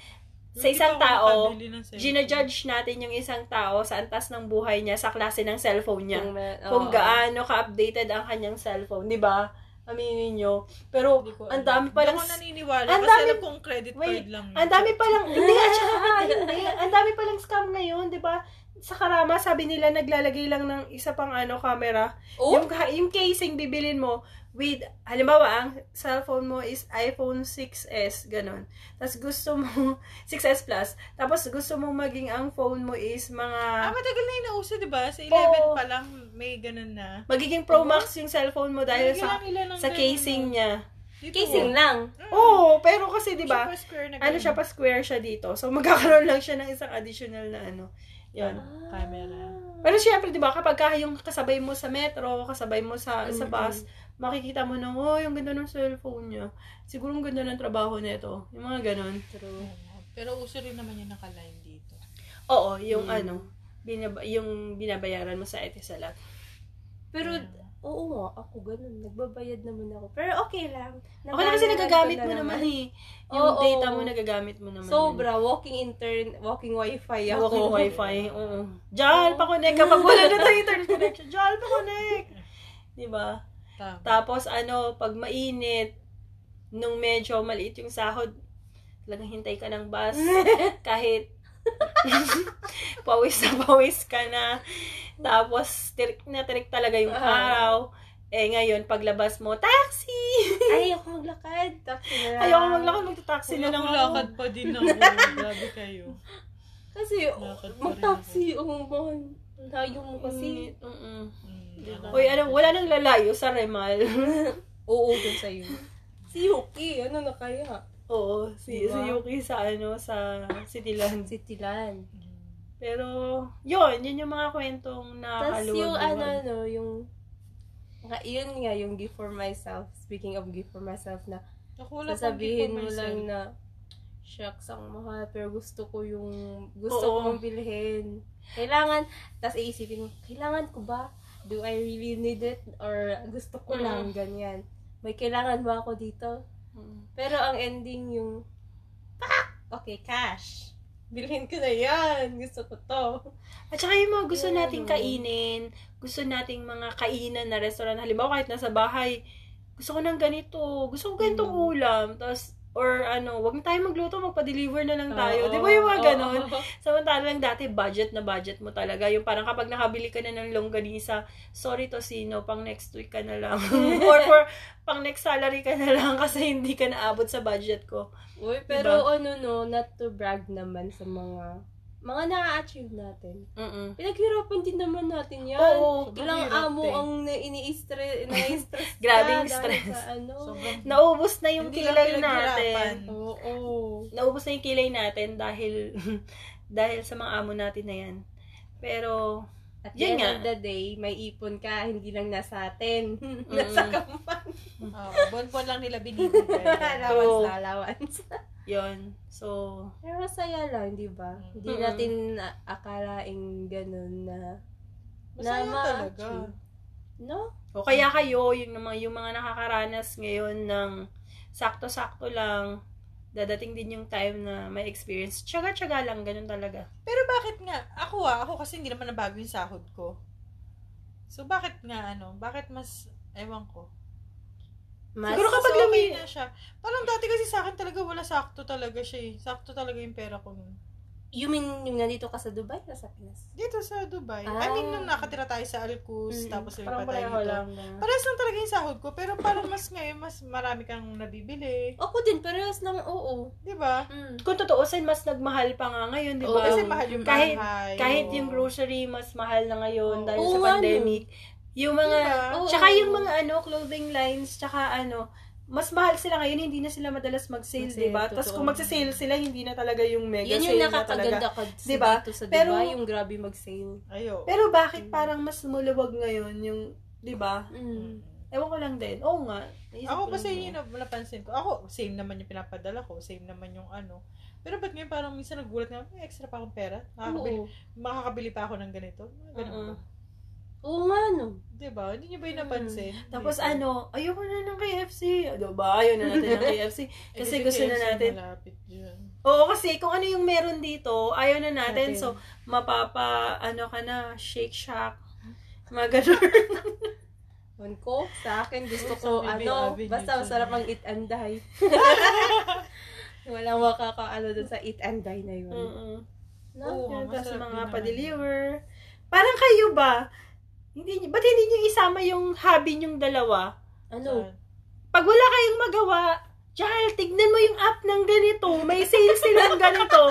sa
Hindi
isang
pa ako
tao,
nakabili ng cellphone.
ginajudge natin yung isang tao sa antas ng buhay niya sa klase ng cellphone niya.
Kung ma-
Kung
oo.
gaano ka-updated ang kanyang cellphone, di ba? Aminin nyo. Pero,
Hindi ko alam.
ang dami palang
Hindi ako naniniwala
ang
kasi
dami-
alam kong credit
Wait,
card lang. yun.
ang dami palang, hindi, at saka, hindi, ang dami palang scam ngayon, di ba? Sa Karama, sabi nila, naglalagay lang ng isa pang ano, camera.
Oh?
Yung, ka- yung casing bibilin mo, with, halimbawa, ang cellphone mo is iPhone 6S, ganun. Tapos gusto mo, [LAUGHS] 6S Plus, tapos gusto mo maging ang phone mo is
Ah,
mga,
matagal na yung nauso, di ba? Sa 11
Oo.
pa lang, may ganun na.
magiging Pro Max yung cellphone mo dahil sa,
Ilan- ilan ang
sa
ganun,
casing
no?
niya.
Dito,
Casing
oh.
lang.
Oo, pero kasi, di ba,
Siya pa square na
ano
ganun.
siya pa square siya dito. So [LAUGHS] magkakaroon lang siya ng isang additional na ano. Yun.
Ah.
Camera.
Pero syempre, 'di ba, kapag ka yung kasabay mo sa metro, kasabay mo sa sa bus, makikita mo na, oh, yung ganda ng cellphone niya. Siguro ang ganda ng trabaho nito. Yung mga ganun.
True.
Pero uso rin naman yung naka-line dito.
Oo, yung ano, binab- yung binabayaran mo sa Etisalat.
Pero, oo nga, ako ganun. Nagbabayad naman ako. Pero okay lang.
Okay na kasi
Nabayaran
nagagamit
ko na
mo naman eh. Yung
Oo.
data mo nagagamit mo naman.
Sobra, walking intern, walking wifi
Yun.
ako.
Walking [LAUGHS] wifi. Oo. Jal, pa-connect kapag wala na tayong internet connection. Jal, pa-connect. 'Di ba?
Tama.
Tapos ano, pag mainit, nung medyo maliit yung sahod, talagang hintay ka ng
[LAUGHS]
bus. kahit [LAUGHS] pawis na pawis ka na. Tapos, tirik na tirik talaga yung
Ah.
araw. Eh ngayon, paglabas mo, taxi!
Ay, ako maglakad. Taxi na lang.
Ayoko maglakad, magta-taxi na
Sila
lang
nang
ako.
lakad pa din
[LAUGHS]
ako. Grabe kayo.
Kasi,
Lakad pa rin
mag-taxi, umuman. Layo mo kasi.
Kasi, mm
Mm,
Uy, ano, wala nang lalayo sa Remal. [LAUGHS]
Oo, dun sa'yo. [LAUGHS] Si Yuki, ano na kaya?
Oo, si,
Diba?
si Yuki sa ano, sa Cityland.
Si Tilan.
Mm.
Pero, yun, yun yung mga kwentong
Tapos yung ano,
nakakaluwag-luwag.
no, yung... Nga, yun nga, yung gift for myself. Speaking of gift for myself na,
Ako wala pang gift for
sasabihin mo
myself.
lang na, shucks, ang mahal, pero gusto ko yung, gusto
Oo.
kong bilhin. Kailangan, tapos iisipin mo, kailangan ko ba? Do I really need it? Or gusto ko
Mm.
lang, ganyan. May kailangan ba ako dito? Pero ang ending yung, pak! Okay, cash. Bilhin ko na yan. Gusto ko to.
At saka yung mga gusto
Yeah,
nating
no.
kainin, gusto nating mga kainan na restaurant. Halimbawa, kahit nasa bahay, gusto ko ng ganito, gusto ko ganitong
Mm.
ulam. Tapos, or ano, wag na tayo magluto, magpa-deliver na lang tayo.
Oo,
Di ba yung mga
oo, [LAUGHS]
ganon?
oo.
Samantalang dati, budget na budget mo talaga. Yung parang kapag nakabili ka na ng longganisa, sorry to sino, pang next week ka na lang.
[LAUGHS]
or for pang next salary ka na lang [LAUGHS] kasi hindi ka naabot sa budget ko.
Diba?
Uy, pero ano no, not to brag naman sa mga mga na-achieve natin.
Mm-mm.
Pinaghirapan din naman natin yan.
Oo,
Ilang
hirap
amo
eh.
ang na- ini-stress, [LAUGHS] na-stress ka
Grabing
dahil
stress.
Sa ano.
Sobrang
Naubos na yung
Hindi lang
kilay
pinaghirapan.
natin.
Oo.
naubos na yung kilay natin dahil [LAUGHS] dahil sa mga amo natin na yan. Pero,
At the end
Yun nga.
of the day, may ipon ka, hindi lang nasa atin. [LAUGHS] nasa kampanya. [LAUGHS]
Oo, bonbon lang nila
[LAUGHS]
binibigay.
allowance
Oo.
na allowance.
yon So,
[LAUGHS] Pero masaya lang, di ba? Hindi
Mm.
natin na- akalaing ganun na
Masaya
ma-achieve.
talaga.
No?
o kaya kayo, yung, mga, yung mga nakakaranas ngayon ng sakto-sakto lang, dadating din yung time na may experience. Tsaga-tsaga lang, ganun talaga.
Pero bakit nga? Ako ah, ako kasi hindi naman nabago yung sahod ko. So bakit nga ano? Bakit mas, ewan ko.
Mas,
Siguro kapag
so,
lumi-
okay na siya. Parang dati kasi sa akin talaga wala sakto talaga siya eh. Sakto talaga yung pera ko nun.
you mean yung nandito ka sa Dubai o sa Pinas?
Dito sa Dubai. I
Ah.
mean, nung nakatira tayo sa Alcus,
Mm-mm.
tapos
Parang
lumipat tayo
pareho
dito.
lang.
Parehas lang talaga yung sahod ko, pero parang mas ngayon, mas marami kang nabibili.
Ako din, parehas lang oo.
Di ba?
Mm.
Kung tutuusin, mas nagmahal pa nga ngayon, di
Oo,
ba?
Kasi mahal yung
Kahit-
bahay.
Kahit
oo.
yung grocery, mas mahal na
Oo.
ngayon dahil
Oo,
sa
ano.
pandemic. Yung mga,
Diba?
Oo.
tsaka yung mga ano, clothing lines, tsaka ano, mas mahal sila ngayon, hindi na sila madalas mag-sale,
Mag-sale,
di ba? Tapos
totoo.
kung magsasale sila, hindi na talaga yung mega
Yan yung
sale na talaga.
nakakaganda ko sa
Diba?
dito sa Dubai,
Pero-
yung grabe mag-sale.
Ayo.
Pero bakit parang mas lumuwag ngayon yung, di ba?
Mm.
Ewan ko lang din. Oo nga. Naisip
Ako
ko
kasi
lang
yun yung napansin ko. Ako, same naman yung pinapadala ko. Same naman yung ano. Pero ba't ngayon parang minsan nagulat na, may extra pa akong pera? Makakabili,
Oo.
makakabili pa ako ng ganito? Mga Ganun
Mm-mm.
ba?
Oo nga, no.
Diba? Hindi nyo ba yung napansin?
Tapos
Diba?
ano, ayoko na ng KFC. O, Diba? Ayaw na natin ng
[LAUGHS]
KFC.
Eh,
Kasi
dito
gusto na
KFC
natin.
Malapit dyan.
Oo, kasi kung ano yung meron dito, ayaw na
Natin.
natin. So, mapapa, ano ka na, shake shack. Mga ganun.
[LAUGHS] Ewan ko, sa akin gusto ko
Sa Bibi
ano,
Avenue,
basta
sa-
masarap ang eat and [LAUGHS] die. Walang makakaano doon sa eat and die na yun.
Mm-mm.
No?
Oo,
Yan,
masarap
tapos
din
mga
naman.
pa-deliver. Parang kayo ba? Hindi, ba't hindi nyo isama yung hobby nyong dalawa?
Ano?
Saan?
Pag wala kayong magawa, Jal, tignan mo yung app ng ganito. May sale
[LAUGHS]
silang ganito.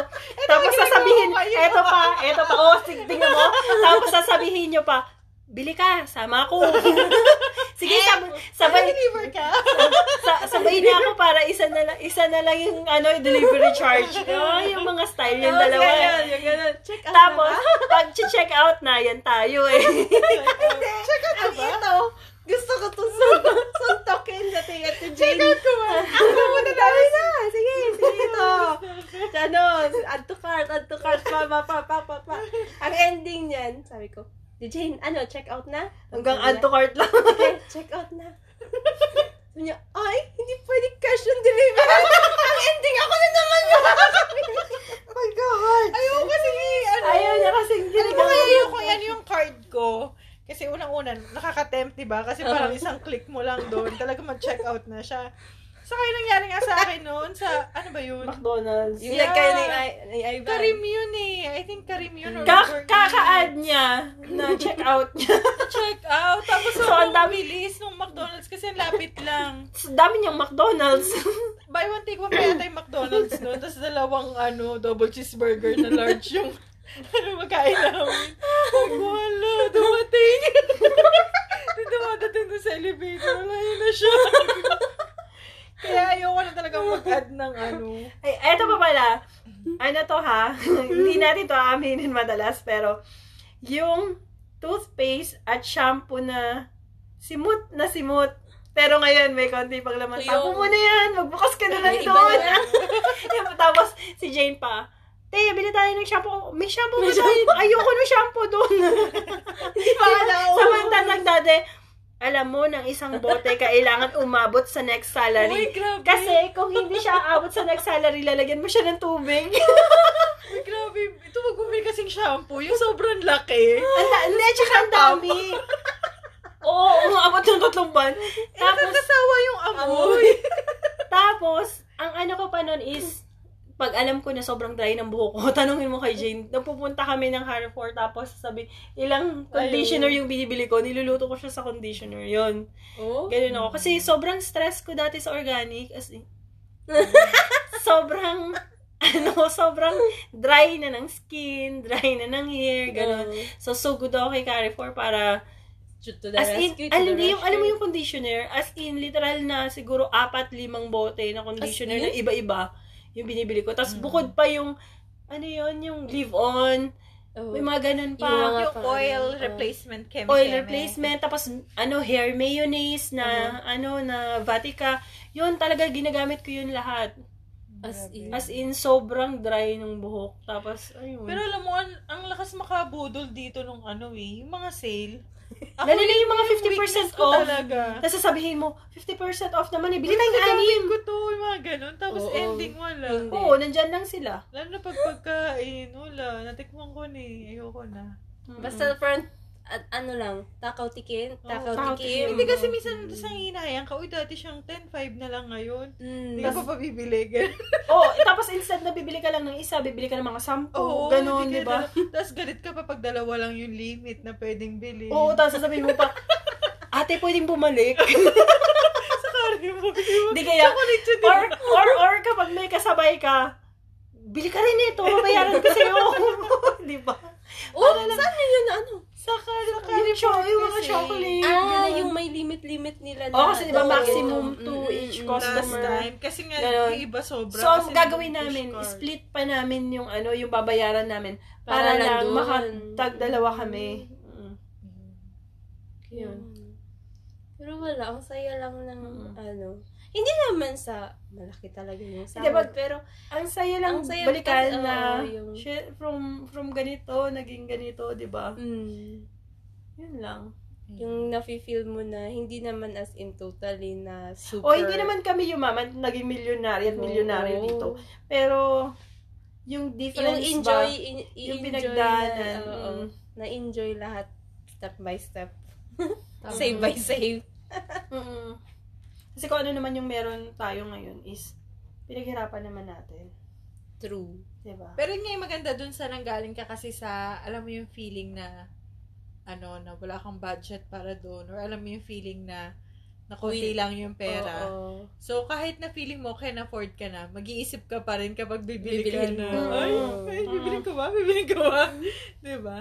Tapos sasabihin, eto pa, eto pa. Oh, sig- tingnan mo. Tapos sasabihin nyo pa, bili ka, sama ko. [LAUGHS] Sige,
Eh,
sab- sabay,
Deliver ka?
sa- sabay na ako para isa na, lang, isa na lang yung ano, delivery charge.
[LAUGHS]
Oh, yung mga style yung
Tapos
dalawa.
ganyan, yung ganun. Check out
Tapos,
na ba?
pag check out na, yan tayo eh.
Check out ka
Ang
ba?
ito, gusto ko itong sun- [LAUGHS] suntokin na tingat ni Jane.
Ako muna
Dami na! Sige, sige ito. Ano, add to cart, add to cart, pa, pa, pa, pa, pa, pa. Ang ending niyan, sabi ko, Di Jane, ano, check out na?
Hanggang
Sabi
add to
niya,
cart lang. [LAUGHS]
Okay, check out na. [LAUGHS] Sabi niya, ay, hindi pwede cash on delivery. [LAUGHS] Ang ending ako na
[LAUGHS]
naman yun.
Oh my God! Ayaw ko sige! Ano?
Ayaw niya kasi
Alam mo kaya yung kung yan yung card ko, kasi unang-una, nakaka-tempt, di ba? Kasi parang isang click mo lang doon, talaga mag-check out na siya. Sa kaya nangyari nga sa akin noon, sa, ano ba yun?
McDonald's.
Yung
Yeah.
nagkayo ni, I- ni Ivan.
Karim yun eh. I think Karim yun. or Burger
Ka-
King.
kaka-add niya na check out niya.
Check out. Tapos
So,
so, ang
ang dami-
bilis nung McDonald's kasi lapit lang.
So, dami niyang McDonald's.
Buy one, take one pa yata yung McDonald's noon. Tapos dalawang, ano, double cheeseburger na large yung ano, magkain namin. Ay, wala. Dumating. [LAUGHS] Dumadating doon sa elevator. Wala yun na siya. Kaya ayoko na talaga mag-add ng ano.
Ay, eto pa pala. Ano to ha? [LAUGHS] Hindi natin to aaminin madalas, pero yung toothpaste at shampoo na simot na simot. Pero ngayon, may konti pang laman.
So, yung-
Tapo mo na yan. Magbukas ka na lang
Yung iba
doon.
na
[LAUGHS] Yung- Tapos, si Jane pa. Te, bili tayo ng shampoo. "Oh, May shampoo
May
[LAUGHS] ba doon? Ayoko ng shampoo doon.
Hindi pa alam.
Samantalang dati, alam mo, ng isang bote, kailangan umabot sa next
Uy,
salary.
grabe.
Kasi kung hindi siya aabot sa next salary, lalagyan mo siya ng tubig.
Uy, grabe. Ito, wag bumili kasing shampoo. Yung sobrang laki.
Ang da- Hindi, tsaka ang dami. [LAUGHS] Oo, umabot ng tatlong ban. Tapos,
Nakakasawa yung amoy.
tapos, ang ano ko pa nun is, pag alam ko na sobrang dry ng buhok ko, [LAUGHS] tanungin mo kay Jane, napupunta kami ng Carrefour, tapos sabi, ilang conditioner yung binibili ko, niluluto ko siya sa conditioner, yon
Oh?
Ganun ako. Kasi sobrang stress ko dati sa organic. As in, [LAUGHS] sobrang, ano, sobrang dry na ng skin, dry na ng hair, ganun. So, so good ako kay Carrefour para,
Shoot to the
as in,
rescue, to
alam
the
mo yung, alam mo
rescue.
yung conditioner, as in, literal na siguro apat, limang bote na conditioner
As in?
na iba-iba yung binibili ko. Tapos,
Mm.
bukod pa yung, ano yon yung leave on,
Oo.
may mga ganun pa.
Yung mga
Yung
pa-
oil
ano,
replacement eh. chemistry.
oil replacement, tapos ano, hair mayonnaise
Hmm.
na, ano, na vatica. Yun, talaga ginagamit ko yun lahat.
As in.
As in, sobrang dry ng buhok. Tapos, ayun.
Pero alam mo, ang, ang lakas makabudol dito nung ano eh, yung mga
[LAUGHS]
sale. Ako
Lalo na
yun
yung mga
yung weakness
50%
ko
off.
talaga.
Tapos sasabihin mo, 50% off naman, ibili
Uy,
tayong anim.
nagagamit ko to, yung mga ganun. Tapos
Oo.
ending wala.
Hindi.
Oo, nandyan lang sila.
Lalo na pag pagkain, wala. Natikman ko na eh. Ayoko na.
Mm.
Basta front, at ano lang, takaw tikim, takaw
Oh, takaw
tikim.
tikim.
Hindi kasi minsan sa hinayang ka, uy dati siyang 10, 5 na lang ngayon. Hindi ka
Mm.
pa pabibili. [LAUGHS] Ganun.
Oo, oh, tapos instead na bibili ka lang ng isa, bibili ka ng mga sampu,
Oo,
ganun,
hindi
di
ka
ba?
dala- Tapos galit ka pa pag dalawa lang yung limit na pwedeng bilhin.
Oo, tapos sasabihin mo pa, ate, pwedeng bumalik.
sa karne mo. Hindi
Di kaya,
Chocolate yun, di
or,
ba?
or, or kapag may kasabay ka, bili ka rin ito, babayaran ko sa'yo. [LAUGHS] di ba?
[LAUGHS] Oh, saan yun? Ano?
Sa karne, sa
Yung, cho- yung mga
kasi.
chocolate.
Ah,
ganun.
yung may limit-limit nila
Oo, kasi di
Oo.
ba maximum to
Mm, mm,
each
mm.
Last
customer.
time. Kasi nga,
Ganun.
yung iba sobra.
So, ang
kasi
gagawin
nag-push
namin,
cart.
split pa namin yung ano, yung babayaran namin
Para
para,
lang
lang
dun.
makatag dalawa kami. Mm. Yun.
Pero wala, ang saya lang ng
Mm.
ano. Hindi naman sa malaki talaga yung
Hindi,
sahod.
but-
pero
Ang saya ah, lang
Ang saya
balikan
kasi,
na
oo, yung-
shit, from from ganito naging ganito, 'di ba?
mm,
Yun lang.
yung nafe-feel mo na hindi naman as in totally na super.
O hindi naman kami yumaman naging milyonaryo at
Oo.
milyonaryo dito. Pero yung
Yung
difference
enjoy,
ba,
in,
yung
i-enjoy
pinagdaanan.
Na, oo,
mm.
na-enjoy lahat step by step.
Tama.
save by save.
Mm-mm. Kasi kung ano naman yung meron tayo ngayon is pinaghirapan naman natin.
True.
'di ba?
Pero yun nga yung maganda dun sa nanggaling ka kasi sa, alam mo yung feeling na, ano, na wala kang budget para dun. Or alam mo yung feeling na, na konti lang yung pera.
Oo.
So, kahit na feeling mo, can afford ka na, mag-iisip ka pa rin kapag bibili ka
Bibilhin
na.
mo.
Ay, ay, bibili ko ba? Bibili ko ba? diba?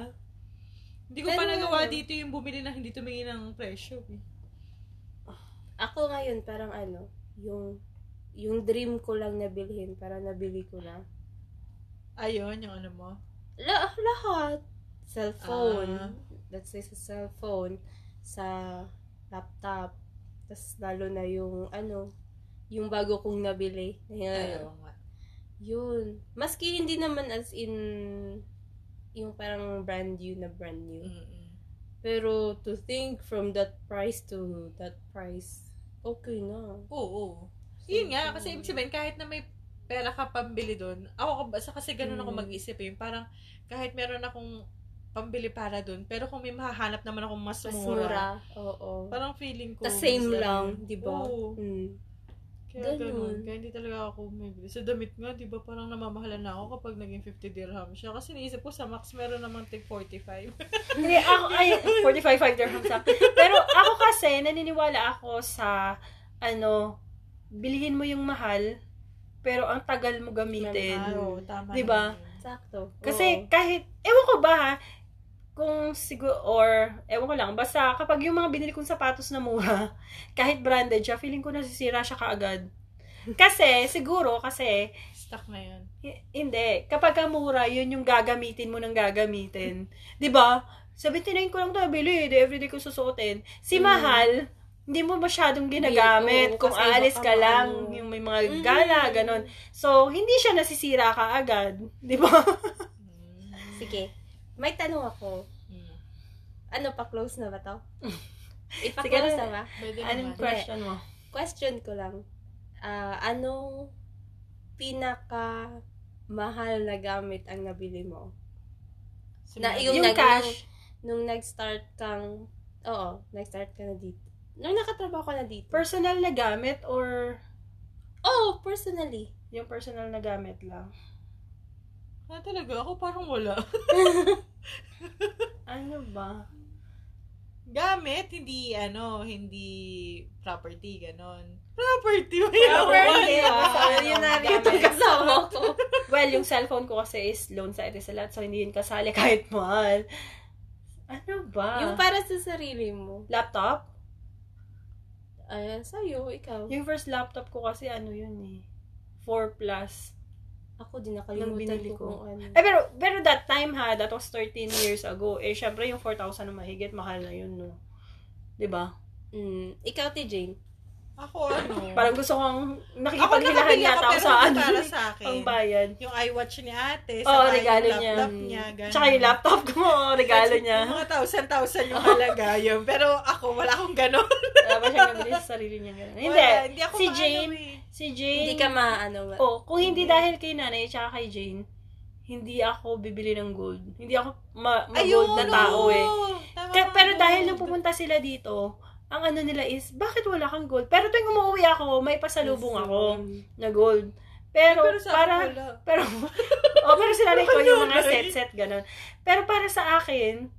Hindi ko pa
Pero-
nagawa dito yung bumili na hindi tumingin ng presyo. eh.
Ako ngayon parang ano, yung yung dream ko lang na bilhin para nabili ko na.
Ayun, yung ano mo.
La- ah, lahat. Cellphone.
Ah.
Let's say sa cellphone, sa laptop, tas lalo na yung ano, yung bago kong nabili. Ayan.
Ayaw nga.
Yun. Maski hindi naman as in yung parang brand new na brand new.
Mm-mm.
Pero to think from that price to that price, okay na.
Oo. Yun nga, kasi ibig sabihin, kahit na may pera ka pambili doon, ako, sa kasi ganun ako
Mm.
mag-isip eh. Parang, kahit meron akong pambili para doon, pero kung may mahahanap naman akong mas
Mas
mura,
mura. Oo.
parang feeling ko.
Tas same
mas-
lang, di ba?
Oo.
Mm.
Kaya ganun.
Ganun.
Kaya hindi talaga ako bumibili. Sa damit nga, di ba parang namamahalan na ako kapag naging 50 dirham siya. Kasi naisip ko sa max meron naman tig 45.
[LAUGHS] Hindi, ako, ay, 45 dirhams ah. Pero ako kasi, naniniwala ako sa, ano, bilhin mo yung mahal, pero ang tagal mo
Ah,
gamitin.
Mahal.
Oo, tama.
Di ba?
naman.
Sakto.
Kasi kahit, ewan ko ba ha, kung siguro, or, ewan ko lang, basta kapag yung mga binili kong sapatos na mura, [LAUGHS] kahit branded siya, feeling ko nasisira siya kaagad. Kasi, siguro, kasi,
Stuck na yun.
Hi- Hindi. Kapag ka mura, yun yung gagamitin mo ng gagamitin. 'Di ba? Sabi, tinayin ko lang ito, nabili, di everyday ko susuotin. Si
Mm.
mahal, hindi mo masyadong ginagamit.
oo,
Kung
kasi ano. iba
aalis
ka
ka
maano.
lang, yung may
Oo. Mm.
mga gala, ganon. So, hindi siya nasisira ka agad. Di ba?
[LAUGHS]
Mm.
Sige. May tanong ako.
Mm.
[LAUGHS]
Ano pa, close na ba to? Ipaklose
Sige.
na ba?
Pwede
Anong
naman.
question mo?
Question ko lang. Ah, anong pinaka mahal na gamit ang nabili mo? Na,
Simula-
yung
Yung,
nag-
cash.
Nung nag-start kang, oo, nag-start ka na dito. Nung nakatrabaho ka na dito.
Personal na gamit or
oh, personally.
yung personal na gamit lang?
Ah, talaga? Ako parang wala. [LAUGHS]
Ano ba?
Gamit, hindi, ano, hindi property, ganon. Property! May
Property.
property!
ah,
Yun na rin
gamit.
yung [LAUGHS] kasama ko.
Well, yung cellphone ko kasi is loan sa ito sa lahat, so hindi yun kasali [LAUGHS] kahit mahal. Ano ba?
Yung para sa sarili mo.
laptop?
Ayan, sa'yo, ikaw.
Yung first laptop ko kasi ano yun eh. 4 plus.
Ako din
Nung
nakalimutan
binili
ko
ko.
kung ano.
Eh, pero, pero that time ha, that was 13 years ago. Eh, syempre yung 4,000 na mahigit, mahal na yun, no? 'Di ba?
Mm, ikaw, ti Jane.
Ako, ano?
Parang gusto kong
ako
nakikipaghilahan
nakabili
yata
ako, pero
ako sa
hindi
ano.
para sa akin.
Ang bayad.
Yung iWatch ni ate,
Oo,
saka
regalo
yung
niya. Mm.
laptop niya. ganon.
Tsaka yung laptop ko, oo,
[LAUGHS]
regalo
Yung
niya.
mga thousand-thousand
[LAUGHS]
yung halaga yun. Pero ako, wala akong ganon.
Wala ba siyang nabili sa sarili niya? ganun? [LAUGHS] Hindi.
Wala, hindi ako
si
maano
Jane,
eh.
si Jane.
Hindi ka maano. ma-
Oh, kung hindi
Mm.
dahil kay nanay tsaka kay Jane, hindi ako bibili ng gold. Hindi ako ma- ma-gold na
Ayun,
tao
oo.
eh.
Tama
Ka-
ka,
pero dahil nung
gold.
pumunta sila dito, ang ano nila is, bakit wala kang gold? Pero tuwing umuwi ako, may pasalubong ako
Mm.
na gold. Pero,
Pero sa
para, eh,
akin, wala.
[LAUGHS] pero, oh, pero sila rin ko yung
Ano yun?
mga set-set, ganun. Pero para sa akin,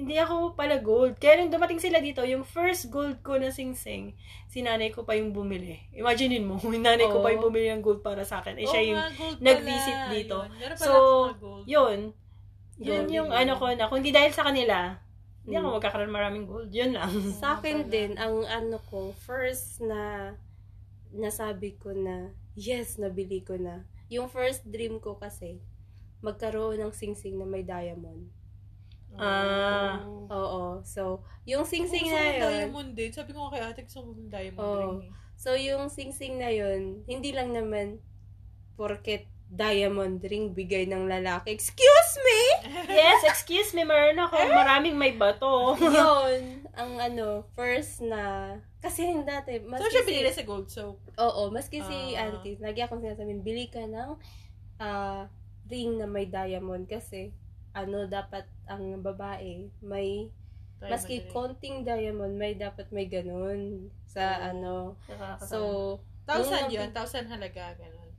hindi ako pala gold. Kaya nung dumating sila dito, yung first gold ko na sing-sing, si nanay ko pa yung bumili. Imaginein mo, [LAUGHS] yung nanay ko pa yung
Oo.
bumili ng gold para sa akin. Eh, siya
Oo
yung,
nga, gold pala,
nag-visit dito.
yun. Meron
So,
pala akong mga gold.
yun. Yun
Gold.
yung ano ko na, kung hindi dahil sa kanila, hindi ako
Mm.
magkakaroon maraming gold. Yun lang. [LAUGHS]
Sa akin
Wala.
din, ang ano ko, first na nasabi ko na, yes, nabili ko na. Yung first dream ko kasi, magkaroon ng singsing na may diamond.
Ah.
Oo.
Oo. So, yung singsing
Gusto
na
ko ng
yun, Oh,
diamond din. Sabi ko nga kay ate, gusto ko ng diamond
Oo.
ring. eh.
so yung singsing na yun, hindi lang naman porket diamond ring bigay ng lalaki. Excuse
[LAUGHS]
me!
Yes, excuse me, meron ako. Maraming may bato.
yun, ang ano, first na, kasi yung dati, mas
So, siya binili sa gold soap.
Oo, maski si
Ah.
auntie, lagi akong sinasabihin, bili ka ng ah, ring na may diamond kasi ano dapat ang babae may
Diamond
maski
ring.
konting diamond may dapat may ganun sa
Oo.
ano so
So,
Thousand
Yung-
yun. Thousand halaga. Ganun.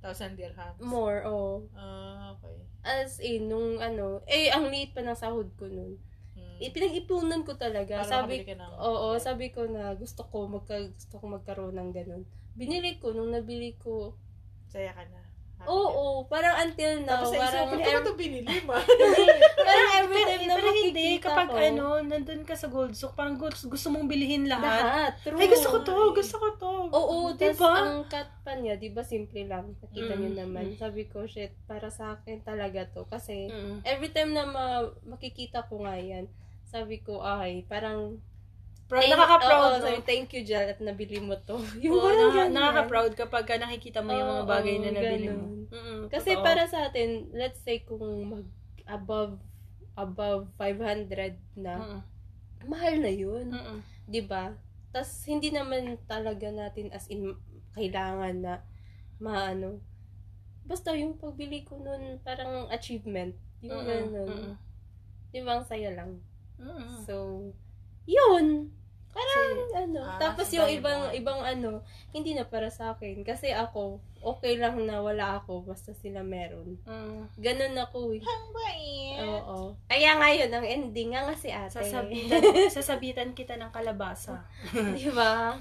Thousand dirhams.
more oh
Ah, okay.
as in nung ano eh ang liit pa ng sahod ko nun
Hmm.
Eh, pinag-ipunan ko talaga
Para
sabi
makabili ka ng-
Oo, sabi ko na gusto ko magka gusto ko magkaroon ng ganun binili ko nung nabili ko
Saya ka na. Happy
oo
ka.
parang until now
Ah, Tapos sa isip
parang
ko, "Ba't ko to binili
[LAUGHS]
ma.
[LAUGHS]
Parang every
Pero,
time na
pero hindi,
makikita
kapag
ko,
ano, nandun ka sa gold sook, parang gusto, gusto mong bilhin lahat.
lahat, true.
Ay, gusto ko to, gusto ko to.
Oo, tas
Diba?
ang cut pa niya, di ba simple lang. Nakita niyo
Mm,
naman.
mm.
Sabi ko, shit, para sa akin talaga to. Kasi
Mm.
every time na ma- makikita ko nga yan, sabi ko, ay, parang...
Proud, nakaka-proud.
Oo,
no?
sabi, thank you, Jal, at nabili mo to. [LAUGHS]
Oo,
Yung parang
nakaka-
ganyan.
nakaka-proud kapag ka nakikita mo yung mga
Oo,
bagay na nabili mo.
ganun.
Mm-mm,
Kasi
totoo.
para sa atin, let's say kung mag above above 500 na,
Mm-mm,
mahal na yun.
mm-mm.
'di ba? Tas hindi naman talaga natin as in kailangan na maano. Basta yung pagbili ko nun, parang achievement. Yung
Mm-mm,
ganun.
mm-mm,
Di ba? Ang saya lang.
mm-mm.
So, yun. Parang ano.
Ah,
Tapos
nasa
yung
tayo
ibang,
mo.
ibang ano, hindi na para sa akin. Kasi ako, okay lang na wala ako, basta sila meron.
Mm.
Ganun ako eh.
Ang bait.
Oo. Kaya ngayon, ang ending nga nga si ate.
Sasabitan, [LAUGHS] sasabitan kita ng kalabasa.
Di ba?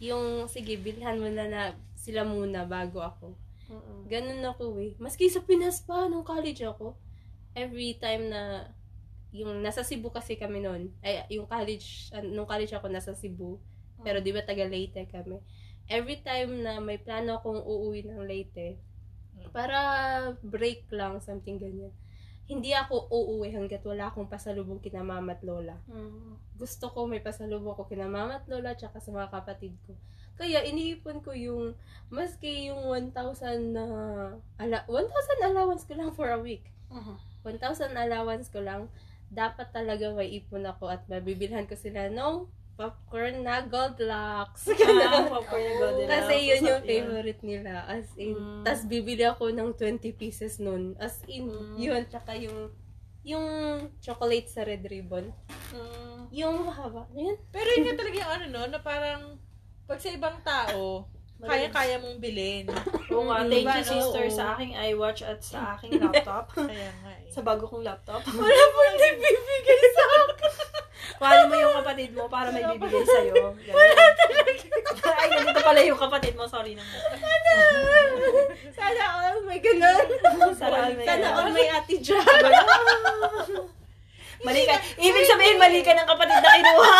Yung, sige, bilhan mo na na sila muna bago ako.
Mm-mm.
Ganun ako eh. Maski sa Pinas pa, nung college ako, every time na, yung nasa Cebu kasi kami noon, ay, yung college, ah, nung college ako nasa Cebu, pero di ba taga Leyte kami. Every time na may plano akong uuwi ng Leyte, para break lang, something ganyan. Hindi ako uuwi hanggat wala akong pasalubong kina mama at lola
Mm.
gusto ko may pasalubong ko kina mama at lola tsaka sa mga kapatid ko. Kaya iniipon ko yung maski yung 1,000 na ala 1,000 allowance ko lang for a week.
Mhm.
1,000 allowance ko lang dapat talaga may ipon ako at mabibilhan ko sila ng popcorn na Goldlocks. Ganun.
Ah, popcorn yung golden
[LAUGHS] Kasi
apple.
yun yung
Sarap
favorite nila. As in,
Mm.
tas bibili ako ng 20 pieces nun. As in,
Mm.
yun. Tsaka yung, yung chocolate sa Red Ribbon.
Mm.
Yung mahaba. Yun.
Pero yun nga talaga yung ano, no, na parang pag sa ibang tao, kaya-kaya mong
[LAUGHS]
bilhin.
Oo nga,
Mm,
thank
diba,
you
no?
sister
Oo.
sa aking iWatch at sa aking laptop.
Kaya nga eh.
sa bago kong [LAUGHS] laptop.
Wala po hindi bibigay sa akin.
Kuhanin mo yung kapatid mo para may bibigay sa'yo. [LAUGHS] Wala talaga. Ay, ganito pala yung kapatid mo. Sorry naman.
Sana all may ganun.
Sana all may
Sana
ganun.
all may ati dyan. [LAUGHS]
Mali ka. Ibig sabihin, mali ka ng kapatid na [LAUGHS] kinuha.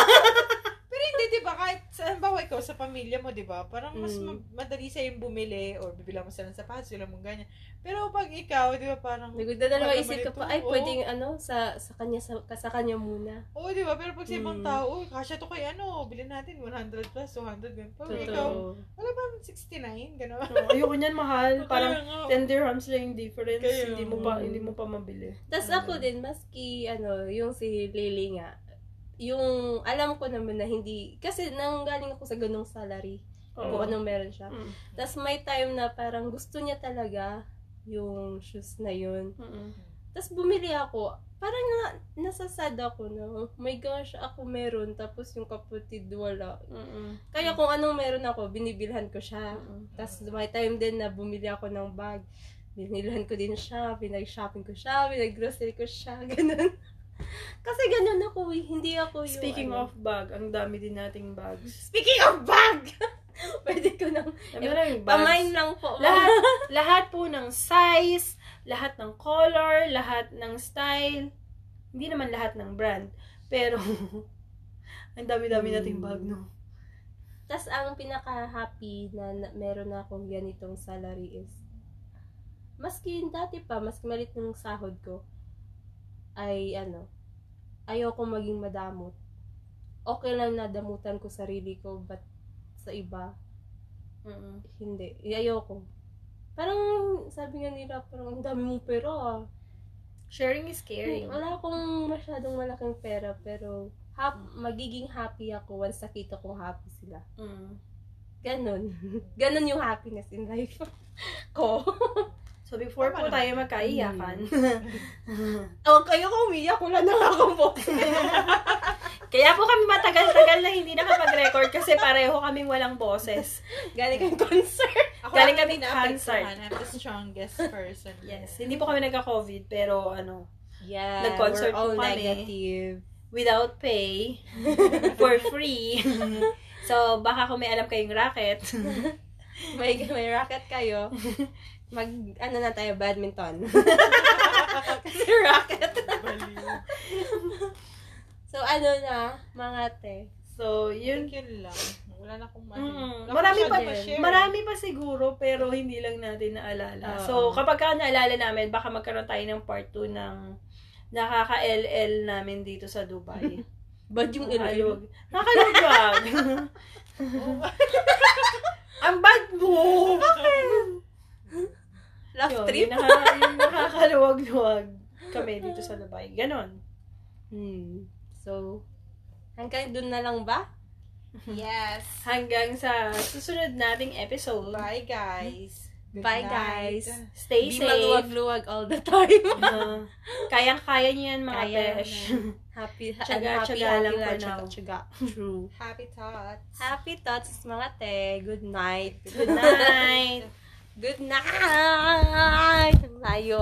Pero hindi, di ba? Kahit saan ba ikaw sa pamilya mo, di ba? Parang mas
Mm.
ma- madali sa yung bumili or bibila mo sila ng sapatos, sila mong ganyan. Pero pag ikaw, di ba, parang...
Nagdadalawa
Wala
isip ka
ba
pa,
ito?
ay
Oo.
pwedeng ano, sa, sa kanya, sa, sa kanya muna.
Oo, di ba? Pero pag sa ibang
Mm.
tao, uy, kasya to kay ano, bilhin natin 100 plus, 200, ganun. Pag Oh, ikaw,
Totoo.
wala ba 69, gano'n?
Ayoko niyan, mahal. Parang
Kaya nga.
10 dirhams lang yung difference.
Kaya.
Hindi mo pa, hindi mo pa mabili.
Tapos ako din, maski ano, yung si Lily nga, yung alam ko naman na hindi, kasi nanggaling ako sa ganung salary,
Oo.
kung anong meron siya.
Mm.
Tapos may time na parang gusto niya talaga yung shoes na yun.
Mm-mm.
Tapos bumili ako, parang na, nasasad ako na, oh my gosh, ako meron, tapos yung kapatid wala.
Mm-mm.
Kaya kung anong meron ako, binibilhan ko siya.
Mm-mm.
Tapos may time din na bumili ako ng bag. Binilhan ko din siya, pinag-shopping ko siya, pinag-grocery ko siya, [LAUGHS] ganun. Kasi ganun ako eh, hindi ako yung...
Speaking
ano-
of bag, ang dami din nating bags.
Speaking of bag! Pwede ko nang...
Ang dami nating bags.
Pamain lang po.
[LAUGHS] Lahat, lahat po ng size, lahat ng color, lahat ng style. Hindi naman lahat ng brand. Pero, [LAUGHS] ang dami-dami nating bag, no?
Tapos ang pinaka-happy na, na meron na akong ganitong salary is, maski yung dati pa, maski malit ng sahod ko, ay ano, ayoko maging madamot. Okay lang na damutan ko sarili ko, but sa iba, hindi. Eh, Ayoko. Parang, sabi nga nila, parang ang dami mong pera ah.
Sharing is caring.
Wala akong masyadong malaking pera, pero hap- magiging happy ako once nakita kong happy sila.
Mm.
[LAUGHS] Ganon. Ganon yung happiness in life ko.
[LAUGHS] So, before
Tama
po
naman.
tayo magkaiyakan,
Huwag kayo kung umiyak, wala na nga akong box.
[LAUGHS] kaya po kami matagal-tagal na hindi nakapag-record kasi pareho kaming walang boses.
[LAUGHS] Galing kang concert.
Ako
Galing
lang
kami
din
concert.
naapektuhan. I'm the strongest person.
Yes,
[LAUGHS]
hindi po kami nagka-COVID, pero ano,
Yeah,
Nag-concert
we're all
po kami.
negative.
without pay, [LAUGHS] for free. so, baka kung may alam kayong [LAUGHS] racket,
May, may racket kayo. [LAUGHS] Mag, ano na tayo, [LAUGHS] badminton. Kasi racket.
Baliw.
So, ano na, mga te.
so, yun
Thank you lang. Wala na akong mali.
Mm.
Wala
Marami
akong
pa-
masyadong ma-share.
Marami pa siguro, pero hindi lang natin
Oo.
naalala. so, kapag ka naalala namin, baka magkaroon tayo ng part 2 ng nakaka-LL namin dito sa Dubai.
Bad yung ilo.
Nakaluwag. Nakaluwag. Ang bad mo!
Love
Yun,
trip.
yung naka- yung nakakaluwag-luwag kami dito sa Dubai. Ganon.
Hmm. So, hanggang dun na lang ba?
Yes.
Hanggang sa susunod nating episode.
Bye, guys. Good
Bye,
night.
guys.
Stay
Be
safe.
maluwag-luwag all the time.
[LAUGHS]
[LAUGHS]
Uh, kayang-kaya niyo yan, mga
Kaya
besh.
Happy, ano,
Tiyaga,
happy,
tiyaga lang
happy,
for
lang
now.
tiyaga, tiyaga. True.
Happy thoughts.
Happy thoughts, mga te. Good night.
Good night.
Good night! Ang layo.